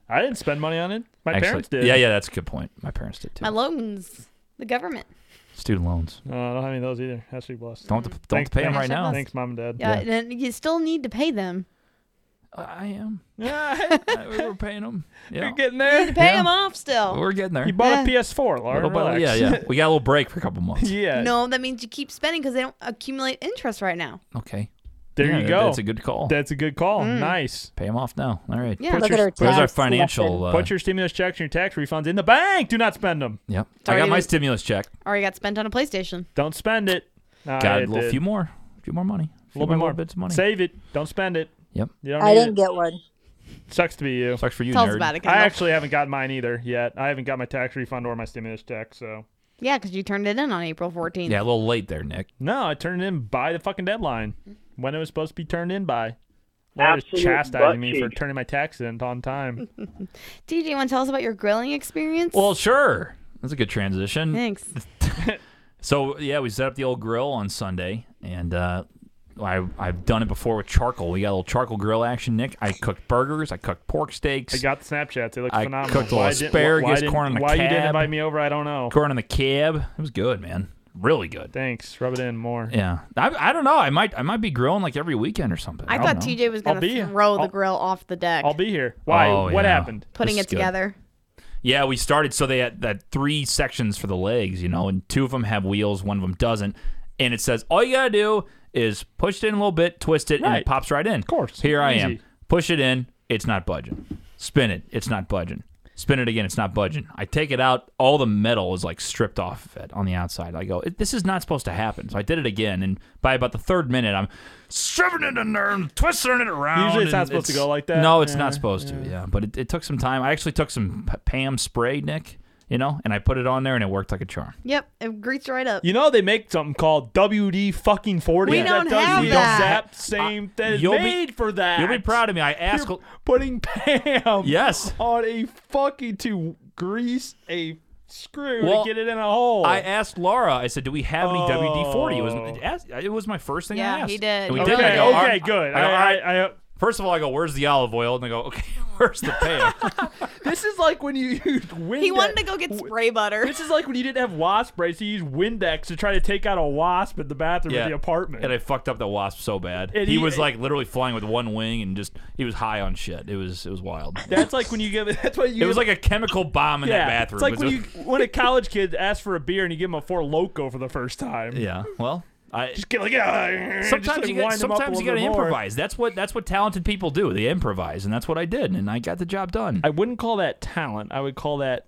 S2: I didn't spend money on it. My
S4: Actually,
S2: parents did.
S4: Yeah, yeah, that's a good point. My parents did too.
S1: My loans, the government.
S4: Student loans.
S2: No, Oh, I don't have any of those either. Has to be blessed.
S4: Don't have to- don't have to pay them
S1: thanks.
S4: right now.
S2: Thanks, mom and dad.
S1: Yeah, and then you still need to pay them.
S4: Uh, I am.
S2: Yeah.
S4: I- we We're paying them. Yeah.
S2: Ah, You're getting there.
S1: Pay
S4: Yeah.
S1: them off still.
S4: We're getting there.
S2: You bought a
S1: Yeah.
S2: PS4, Laura.
S4: Little by little-
S2: relax.
S4: yeah, yeah. We got a little break for a couple months.
S2: yeah.
S1: No, that means you keep spending because they don't accumulate interest right now.
S4: Okay.
S2: There
S4: Yeah,
S2: you
S4: that-
S2: go.
S4: That's a good call.
S2: That's a good call.
S3: Mm.
S2: Nice.
S4: Pay him off now. All right.
S1: Yeah.
S3: Look at her
S4: Where's our
S3: tax
S4: financial?
S3: lesson.
S4: Uh,
S2: Put your stimulus checks and your tax refunds in the bank. Do not spend them.
S4: yep. I
S1: already
S4: got my
S1: been-
S4: stimulus check.
S1: Already got spent on a PlayStation.
S2: Don't spend it. Nah,
S4: Got a
S2: it
S4: little
S2: did.
S4: few more, a few more money, a
S2: A
S4: few
S2: little bit more.
S4: bits of money.
S2: Save it. Don't spend it.
S4: Yep.
S2: You don't
S3: I
S2: need
S3: didn't
S2: it.
S3: get one.
S2: Sucks to be you.
S4: Sucks for you,
S1: Tell
S4: nerd.
S1: us about it,
S2: I
S1: Kendall.
S2: actually haven't got mine either yet. I haven't got my tax refund or my stimulus check. So
S1: yeah, because you turned it in on April 14th.
S4: Yeah, a little late there, Nick.
S2: no, I turned it in by the fucking deadline when it was supposed to be turned in by. Laura's
S6: Absolute butt
S2: chastising me for
S6: cheek.
S2: turning my tax in on time.
S1: TJ, want to tell us about your grilling experience?
S4: Well, sure. That's a good transition.
S1: thanks.
S4: So yeah, we set up the old grill on Sunday, and uh, I I've done it before with charcoal. We got a little charcoal grill action, Nick. I cooked burgers, I cooked pork steaks,
S2: I got the Snapchats. They look
S4: I
S2: phenomenal.
S4: cooked a
S2: why
S4: little
S2: didn't- why
S4: asparagus,
S2: didn't-
S4: corn on a
S2: Why you didn't
S4: cab.
S2: invite me over, I don't know.
S4: corn on the cab. It was good, man. Really good.
S2: Thanks. Rub it in more.
S4: Yeah, I, I don't know. I might I might be grilling like every weekend or something.
S1: I
S4: don't
S1: thought
S4: know.
S1: TJ was
S2: I'll
S1: going
S2: be-
S1: to throw
S2: I'll-
S1: the grill off the deck,
S2: I'll be here. Why?
S4: Oh,
S2: what
S4: yeah.
S2: happened?
S1: putting
S4: This
S1: it
S4: is good.
S1: together.
S4: Yeah, we started so they had that three sections for the legs, you know, and two of them have wheels, one of them doesn't, and it says all you gotta do is push it in a little bit, twist it, and it
S2: Right.
S4: pops right in. Of
S2: course.
S4: Here I am.
S2: Easy.
S4: Push it in, it's not budging. Spin it, it's not budging. Spin it again, it's not budging. I take it out, all the metal is like stripped off of it on the outside. I go, "It- this is not supposed to happen. So I did it again, and by about the third minute, I'm shoving it in there and twisting it around.
S2: Usually it's not
S4: and
S2: supposed to go like that.
S4: No, it's
S2: Yeah,
S4: not supposed to. Yeah, but it, it took some time. I actually took some P- Pam spray, Nick. You know, and I put it on there, and it worked like a charm.
S1: Yep, it greets right up.
S2: You know they make something called WD fucking forty.
S1: We
S2: that
S1: don't
S2: does
S1: have
S2: the
S1: that.
S2: exact same thing.
S4: You'll be-
S2: made for that.
S4: You'll be proud of me. I asked.
S2: You're putting Pam.
S4: Yes.
S2: On a fucking to grease a screw
S4: Well,
S2: to get it in a hole.
S4: I asked Laura. I said, "Do we have any WD forty? It was
S2: Oh.
S4: it asked- it was my first thing I
S1: Yeah,
S4: asked.
S1: he did.
S4: And we
S1: He
S2: okay.
S4: did. it. I
S1: did.
S4: go, "All
S2: Okay.
S4: right."
S2: Good.
S4: I go,
S2: I,
S4: "All
S2: uh,
S4: right."
S2: I, I,
S4: First of all, I go, "Where's the olive oil?" And I go, "Okay, where's the Pam?"
S2: this is like when you used Windex.
S1: He wanted to go get spray butter.
S2: This is like when you didn't have wasp sprays. You used Windex to try to take out a wasp in the bathroom
S4: Yeah.
S2: of the apartment.
S4: and I fucked up the wasp so bad.
S2: And
S4: he,
S2: he-
S4: was like literally flying with one wing, and just he was high on shit. It was it was wild.
S2: that's like when you give. That's why you.
S4: it was like a chemical bomb in that bathroom.
S2: It's like
S4: It
S2: when
S4: was-
S2: you when a college kid asks for a beer and you give him a four loco for the first time.
S4: yeah. Well, I
S2: Just get like yeah. just,
S4: Hmm. sometimes
S2: like,
S4: you got
S2: wind them up a
S4: sometimes you
S2: little
S4: got to
S2: bit more.
S4: improvise. That's what that's what talented people do. They improvise, and that's what I did, and I got the job done.
S2: I wouldn't call that talent. I would call that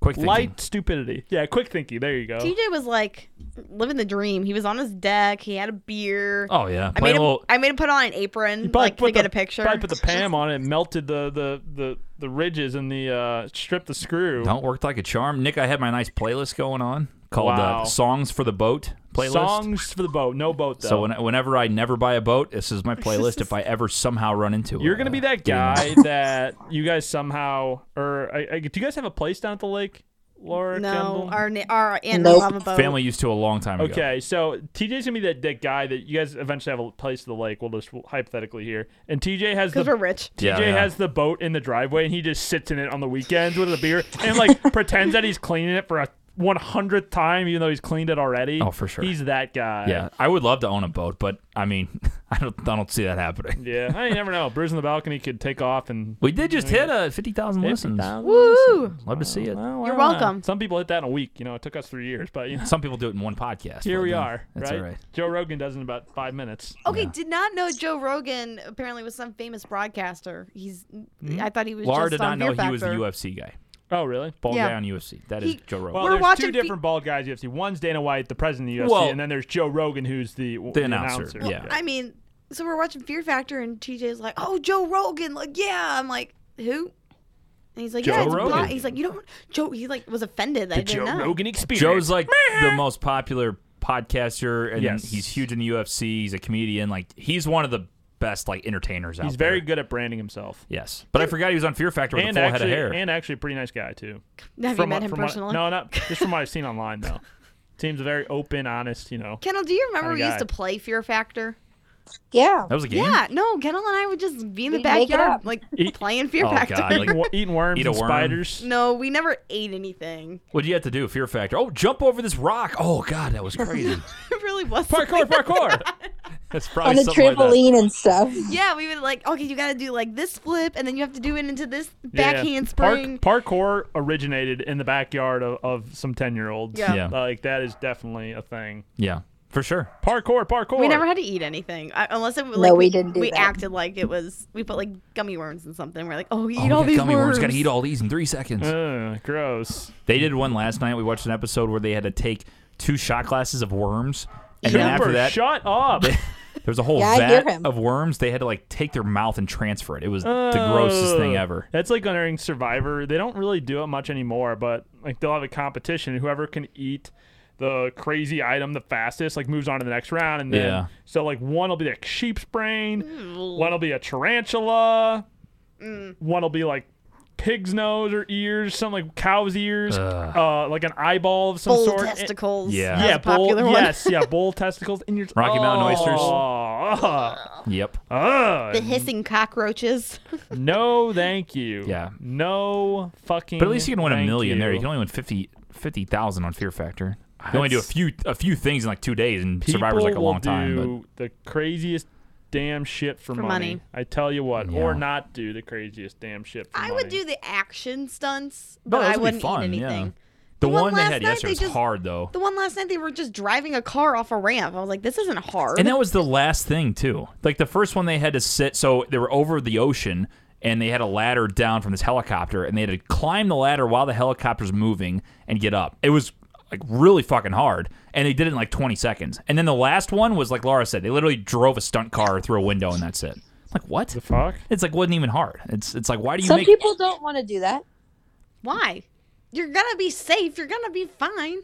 S4: Quick thinking.
S2: light stupidity. Yeah, quick thinking. There you go.
S1: TJ was like living the dream. He was on his deck. He had a beer.
S4: Oh yeah,
S1: I
S4: Playing
S1: made
S4: a
S1: him.
S4: little-
S1: I made him put on an apron
S2: Probably
S1: like to
S2: put
S1: get
S2: the-
S1: a picture.
S2: Probably put the Pam on it, melted the the the, the ridges and the uh, stripped the screw.
S4: Don't work like a charm, Nick. I had my nice playlist going on called
S2: Wow.
S4: uh, "Songs for the Boat" playlist.
S2: Songs for the boat, no boat though.
S4: So when, whenever I never buy a boat, this is my playlist. if I ever somehow run into,
S2: You're
S4: uh,
S2: gonna be that
S4: getting-
S2: guy that you guys somehow or I, I, do you guys have a place down at the lake, Laura?
S1: no,
S2: Kendall?
S1: our na- our and
S3: Nope.
S1: lava boat.
S4: family used to a long time ago.
S2: Okay, so TJ's gonna be that, that guy that you guys eventually have a place to the lake. We'll just hypothetically here, and TJ has the
S1: because we're rich.
S4: Yeah,
S2: TJ
S4: yeah.
S2: has the boat in the driveway, and he just sits in it on the weekends with a beer and like pretends that he's cleaning it for a one hundredth time, even though he's cleaned it already.
S4: Oh, for sure.
S2: He's that guy.
S4: Yeah, I would love to own a boat, but I mean, I don't, I don't see that happening.
S2: yeah. I never know. Bruising the balcony could take off, and
S4: We did just hit a fifty thousand listens.
S1: Woo!
S4: Love to see it.
S2: Well,
S1: You're
S2: why not?
S1: welcome.
S2: Some people hit that in a week. You know, it took us three years, but you know.
S4: Some people do it in one podcast.
S2: Here
S4: but,
S2: we
S4: uh,
S2: are,
S4: That's
S2: right?
S4: all right.
S2: Joe Rogan does it in about five minutes.
S1: Okay, did not know Joe Rogan apparently was some famous broadcaster. He's. I thought he was.
S4: Laura
S1: just
S4: did
S1: on
S4: not know
S1: Fear
S4: he was the
S1: Factor.
S4: UFC guy.
S2: Oh, really?
S4: Bald
S1: Yeah.
S4: guy on UFC. That is
S1: He-
S4: Joe Rogan.
S2: Well,
S1: We're
S2: there's
S1: watching
S2: two
S1: fe-
S2: different bald guys UFC. One's Dana White, the president of the UFC,
S4: Well-
S2: and then there's Joe Rogan, who's the the,
S4: announcer,
S2: announcer.
S4: yeah.
S1: I mean, so we're watching Fear Factor, and TJ's like, "Oh, Joe Rogan!" Like, yeah. I'm like, who? And he's like,
S4: Joe
S1: yeah, it's
S4: Rogan.
S1: Bla-. He's like, you don't. Joe. He like was offended that I didn't
S2: Joe
S1: know.
S2: Rogan experience.
S4: Joe's like the most popular podcaster, and
S2: Yes.
S4: he's huge in the UFC. He's a comedian. Like he's one of the best like entertainers out
S2: he's
S4: there.
S2: very good at branding himself,
S4: Yes, but I forgot he was on Fear Factor with
S2: and
S4: a full
S2: actually,
S4: head of hair.
S2: and actually, a pretty nice guy too.
S1: Have you
S2: From
S1: met
S2: what-
S1: him
S2: from what-
S1: personally?
S2: no, not just from what I've seen online though. Seems very open, honest. You know,
S1: Kendall, do you remember we
S2: Kinda
S1: used to
S2: guy.
S1: play Fear Factor?
S3: Yeah.
S4: that was a game.
S1: Yeah, no, Kendall and I would just be in the
S3: We'd make it
S1: backyard
S3: up.
S1: like
S2: Eat-
S1: playing Fear
S4: Oh,
S1: Factor.
S4: God, like-
S2: Wa- eating worms
S4: Eat a
S2: and
S4: worm.
S2: spiders.
S1: no, we never ate anything.
S4: What do you have to do? Fear Factor. Oh, jump over this rock. Oh God, that was crazy.
S1: It really was
S2: Parkour, parkour.
S4: That's
S3: On
S4: probably
S3: a
S4: something like that.
S3: trampoline and stuff.
S1: Yeah, we would like, okay, you got to do like this flip, and then you have to do it into this back
S2: Yeah. Park-
S1: handspring.
S2: parkour originated in the backyard of, of some ten year olds.
S1: Yeah.
S4: Yeah.
S2: like that is definitely a thing.
S4: Yeah, for sure.
S2: Parkour, parkour.
S1: We never had to eat anything I, unless it like,
S3: No, we didn't do
S1: we
S3: that.
S1: acted like it was we put like gummy worms in something. We're like, oh, eat
S4: oh,
S1: all
S4: yeah,
S1: these
S4: gummy
S1: worms.
S4: Gotta eat all these in three seconds.
S2: Ugh, gross.
S4: They did one last night. We watched an episode where they had to take two shot glasses of worms, and then
S2: Cooper,
S4: after that,
S2: shut up.
S4: there's a whole
S3: Yeah, I hear
S4: vat
S3: him.
S4: of worms. They had to like take their mouth and transfer it. It was
S2: Oh.
S4: the grossest thing
S2: Ugh.
S4: ever.
S2: That's like during Survivor. They don't really do it much anymore, but like they'll have a competition. Whoever can eat the crazy item the fastest, like moves on to the next round, and then
S4: Yeah.
S2: so like one will be like sheep's brain, one will be a tarantula,
S1: Mm.
S2: one will be like pig's nose or ears, some like cow's ears,
S4: Ugh.
S2: uh, like an eyeball of some
S1: bull
S2: sort.
S1: testicles. That
S4: Yeah.
S1: was
S2: yeah,
S1: a popular
S2: bull.
S1: one.
S2: Yes, yeah, bull testicles Oh, in your
S4: Rocky Mountain oysters.
S2: oysters.
S4: Yep.
S2: uh,
S1: The hissing cockroaches.
S2: No, thank you.
S4: Yeah.
S2: No fucking.
S4: But at least you can win a
S2: thank
S4: million there. You can only win 50 50,000 on Fear Factor. You only do a
S2: That's-
S4: few a few things in like two days, and
S2: People
S4: Survivor's like a
S2: will
S4: long time.
S2: Do the craziest damn shit for,
S1: For money.
S2: I tell you what,
S4: Yeah.
S2: or not do the craziest damn shit for
S1: I
S2: money.
S1: would do the action stunts, but
S4: those
S1: I
S4: would be
S1: wouldn't
S4: fun,
S1: eat anything.
S4: yeah. But the, one, they
S1: last
S4: had
S1: night,
S4: yesterday
S1: they
S4: was
S1: just-
S4: hard though,
S1: The one last night they were just driving a car off a ramp. I was like, this isn't hard.
S4: and that was the last thing too. Like the first one, they had to sit. So they were over the ocean, and they had a ladder down from this helicopter, and they had to climb the ladder while the helicopter's moving and get up. It was like really fucking hard, and they did it in like 20 seconds. And then the last one was like Laura said, they literally drove a stunt car through a window, and that's it. Like what?
S2: The fuck?
S4: It's like wasn't even hard. It's it's like why do you
S3: Some
S4: make
S3: people don't want to do that.
S1: Why? You're gonna be safe. You're gonna be fine.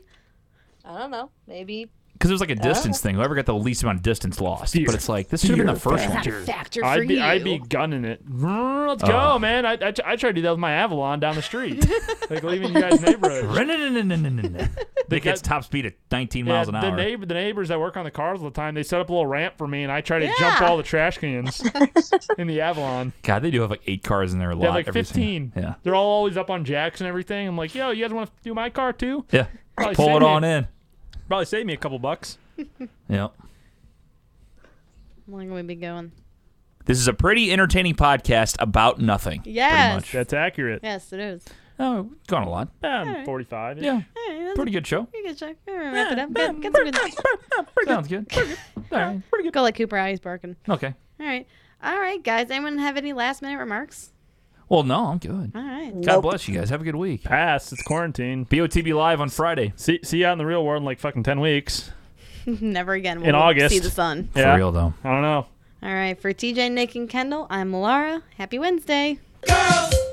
S3: I don't know. Maybe
S4: because it was like a distance thing. Whoever got the least amount of distance lost.
S2: Fear.
S4: But it's like this should have been the first
S1: It's
S4: one.
S1: not a factor for
S2: I'd be,
S1: you.
S2: I'd be gunning it. Let's
S4: Oh.
S2: go, man. I, I, I tried to do that with my Avalon down the street, like leaving you guys' neighborhood.
S4: They gets top speed at 19 miles an
S2: Yeah, the
S4: hour.
S2: neighbor, the neighbors that work on the cars all the time, they set up a little ramp for me, and I try to jump
S1: Yeah.
S2: all the trash cans in the Avalon.
S4: God, they do have like eight cars in their lot.
S2: They have like
S4: every single-
S2: 15. They're all always up on jacks and everything. I'm like, yo, you guys want to do my car too?
S4: Yeah, yeah.
S2: Probably
S4: Pull
S2: save
S4: it
S2: me-
S4: on in.
S2: Probably save me a couple bucks.
S4: Yep.
S1: How long would we be going?
S4: This is a pretty entertaining podcast about nothing. pretty
S1: Yes.
S4: much.
S2: That's accurate.
S1: Yes, it is.
S4: Oh, we've gone a lot.
S2: About 45.
S4: Yeah,
S1: All right, that's
S4: pretty good show.
S1: pretty good show. All right, wrap it up. Good, good, some good-
S4: Sounds good. All right.
S1: Go like Cooper. He's barking.
S4: Okay.
S1: All right, all right, guys. Anyone have any last minute remarks?
S4: Well, no, I'm good.
S1: All right.
S4: God bless you guys. Have a good week.
S2: Pass. It's quarantine.
S4: BOTB live on Friday.
S2: See, see you out in the real world in like fucking 10 weeks.
S1: Never again will
S2: In
S1: we see
S2: August.
S1: the sun.
S2: Yeah.
S4: For real though.
S2: I don't know.
S1: All right, for TJ, Nick, and Kendall, I'm Laura. Happy Wednesday.
S6: Girls,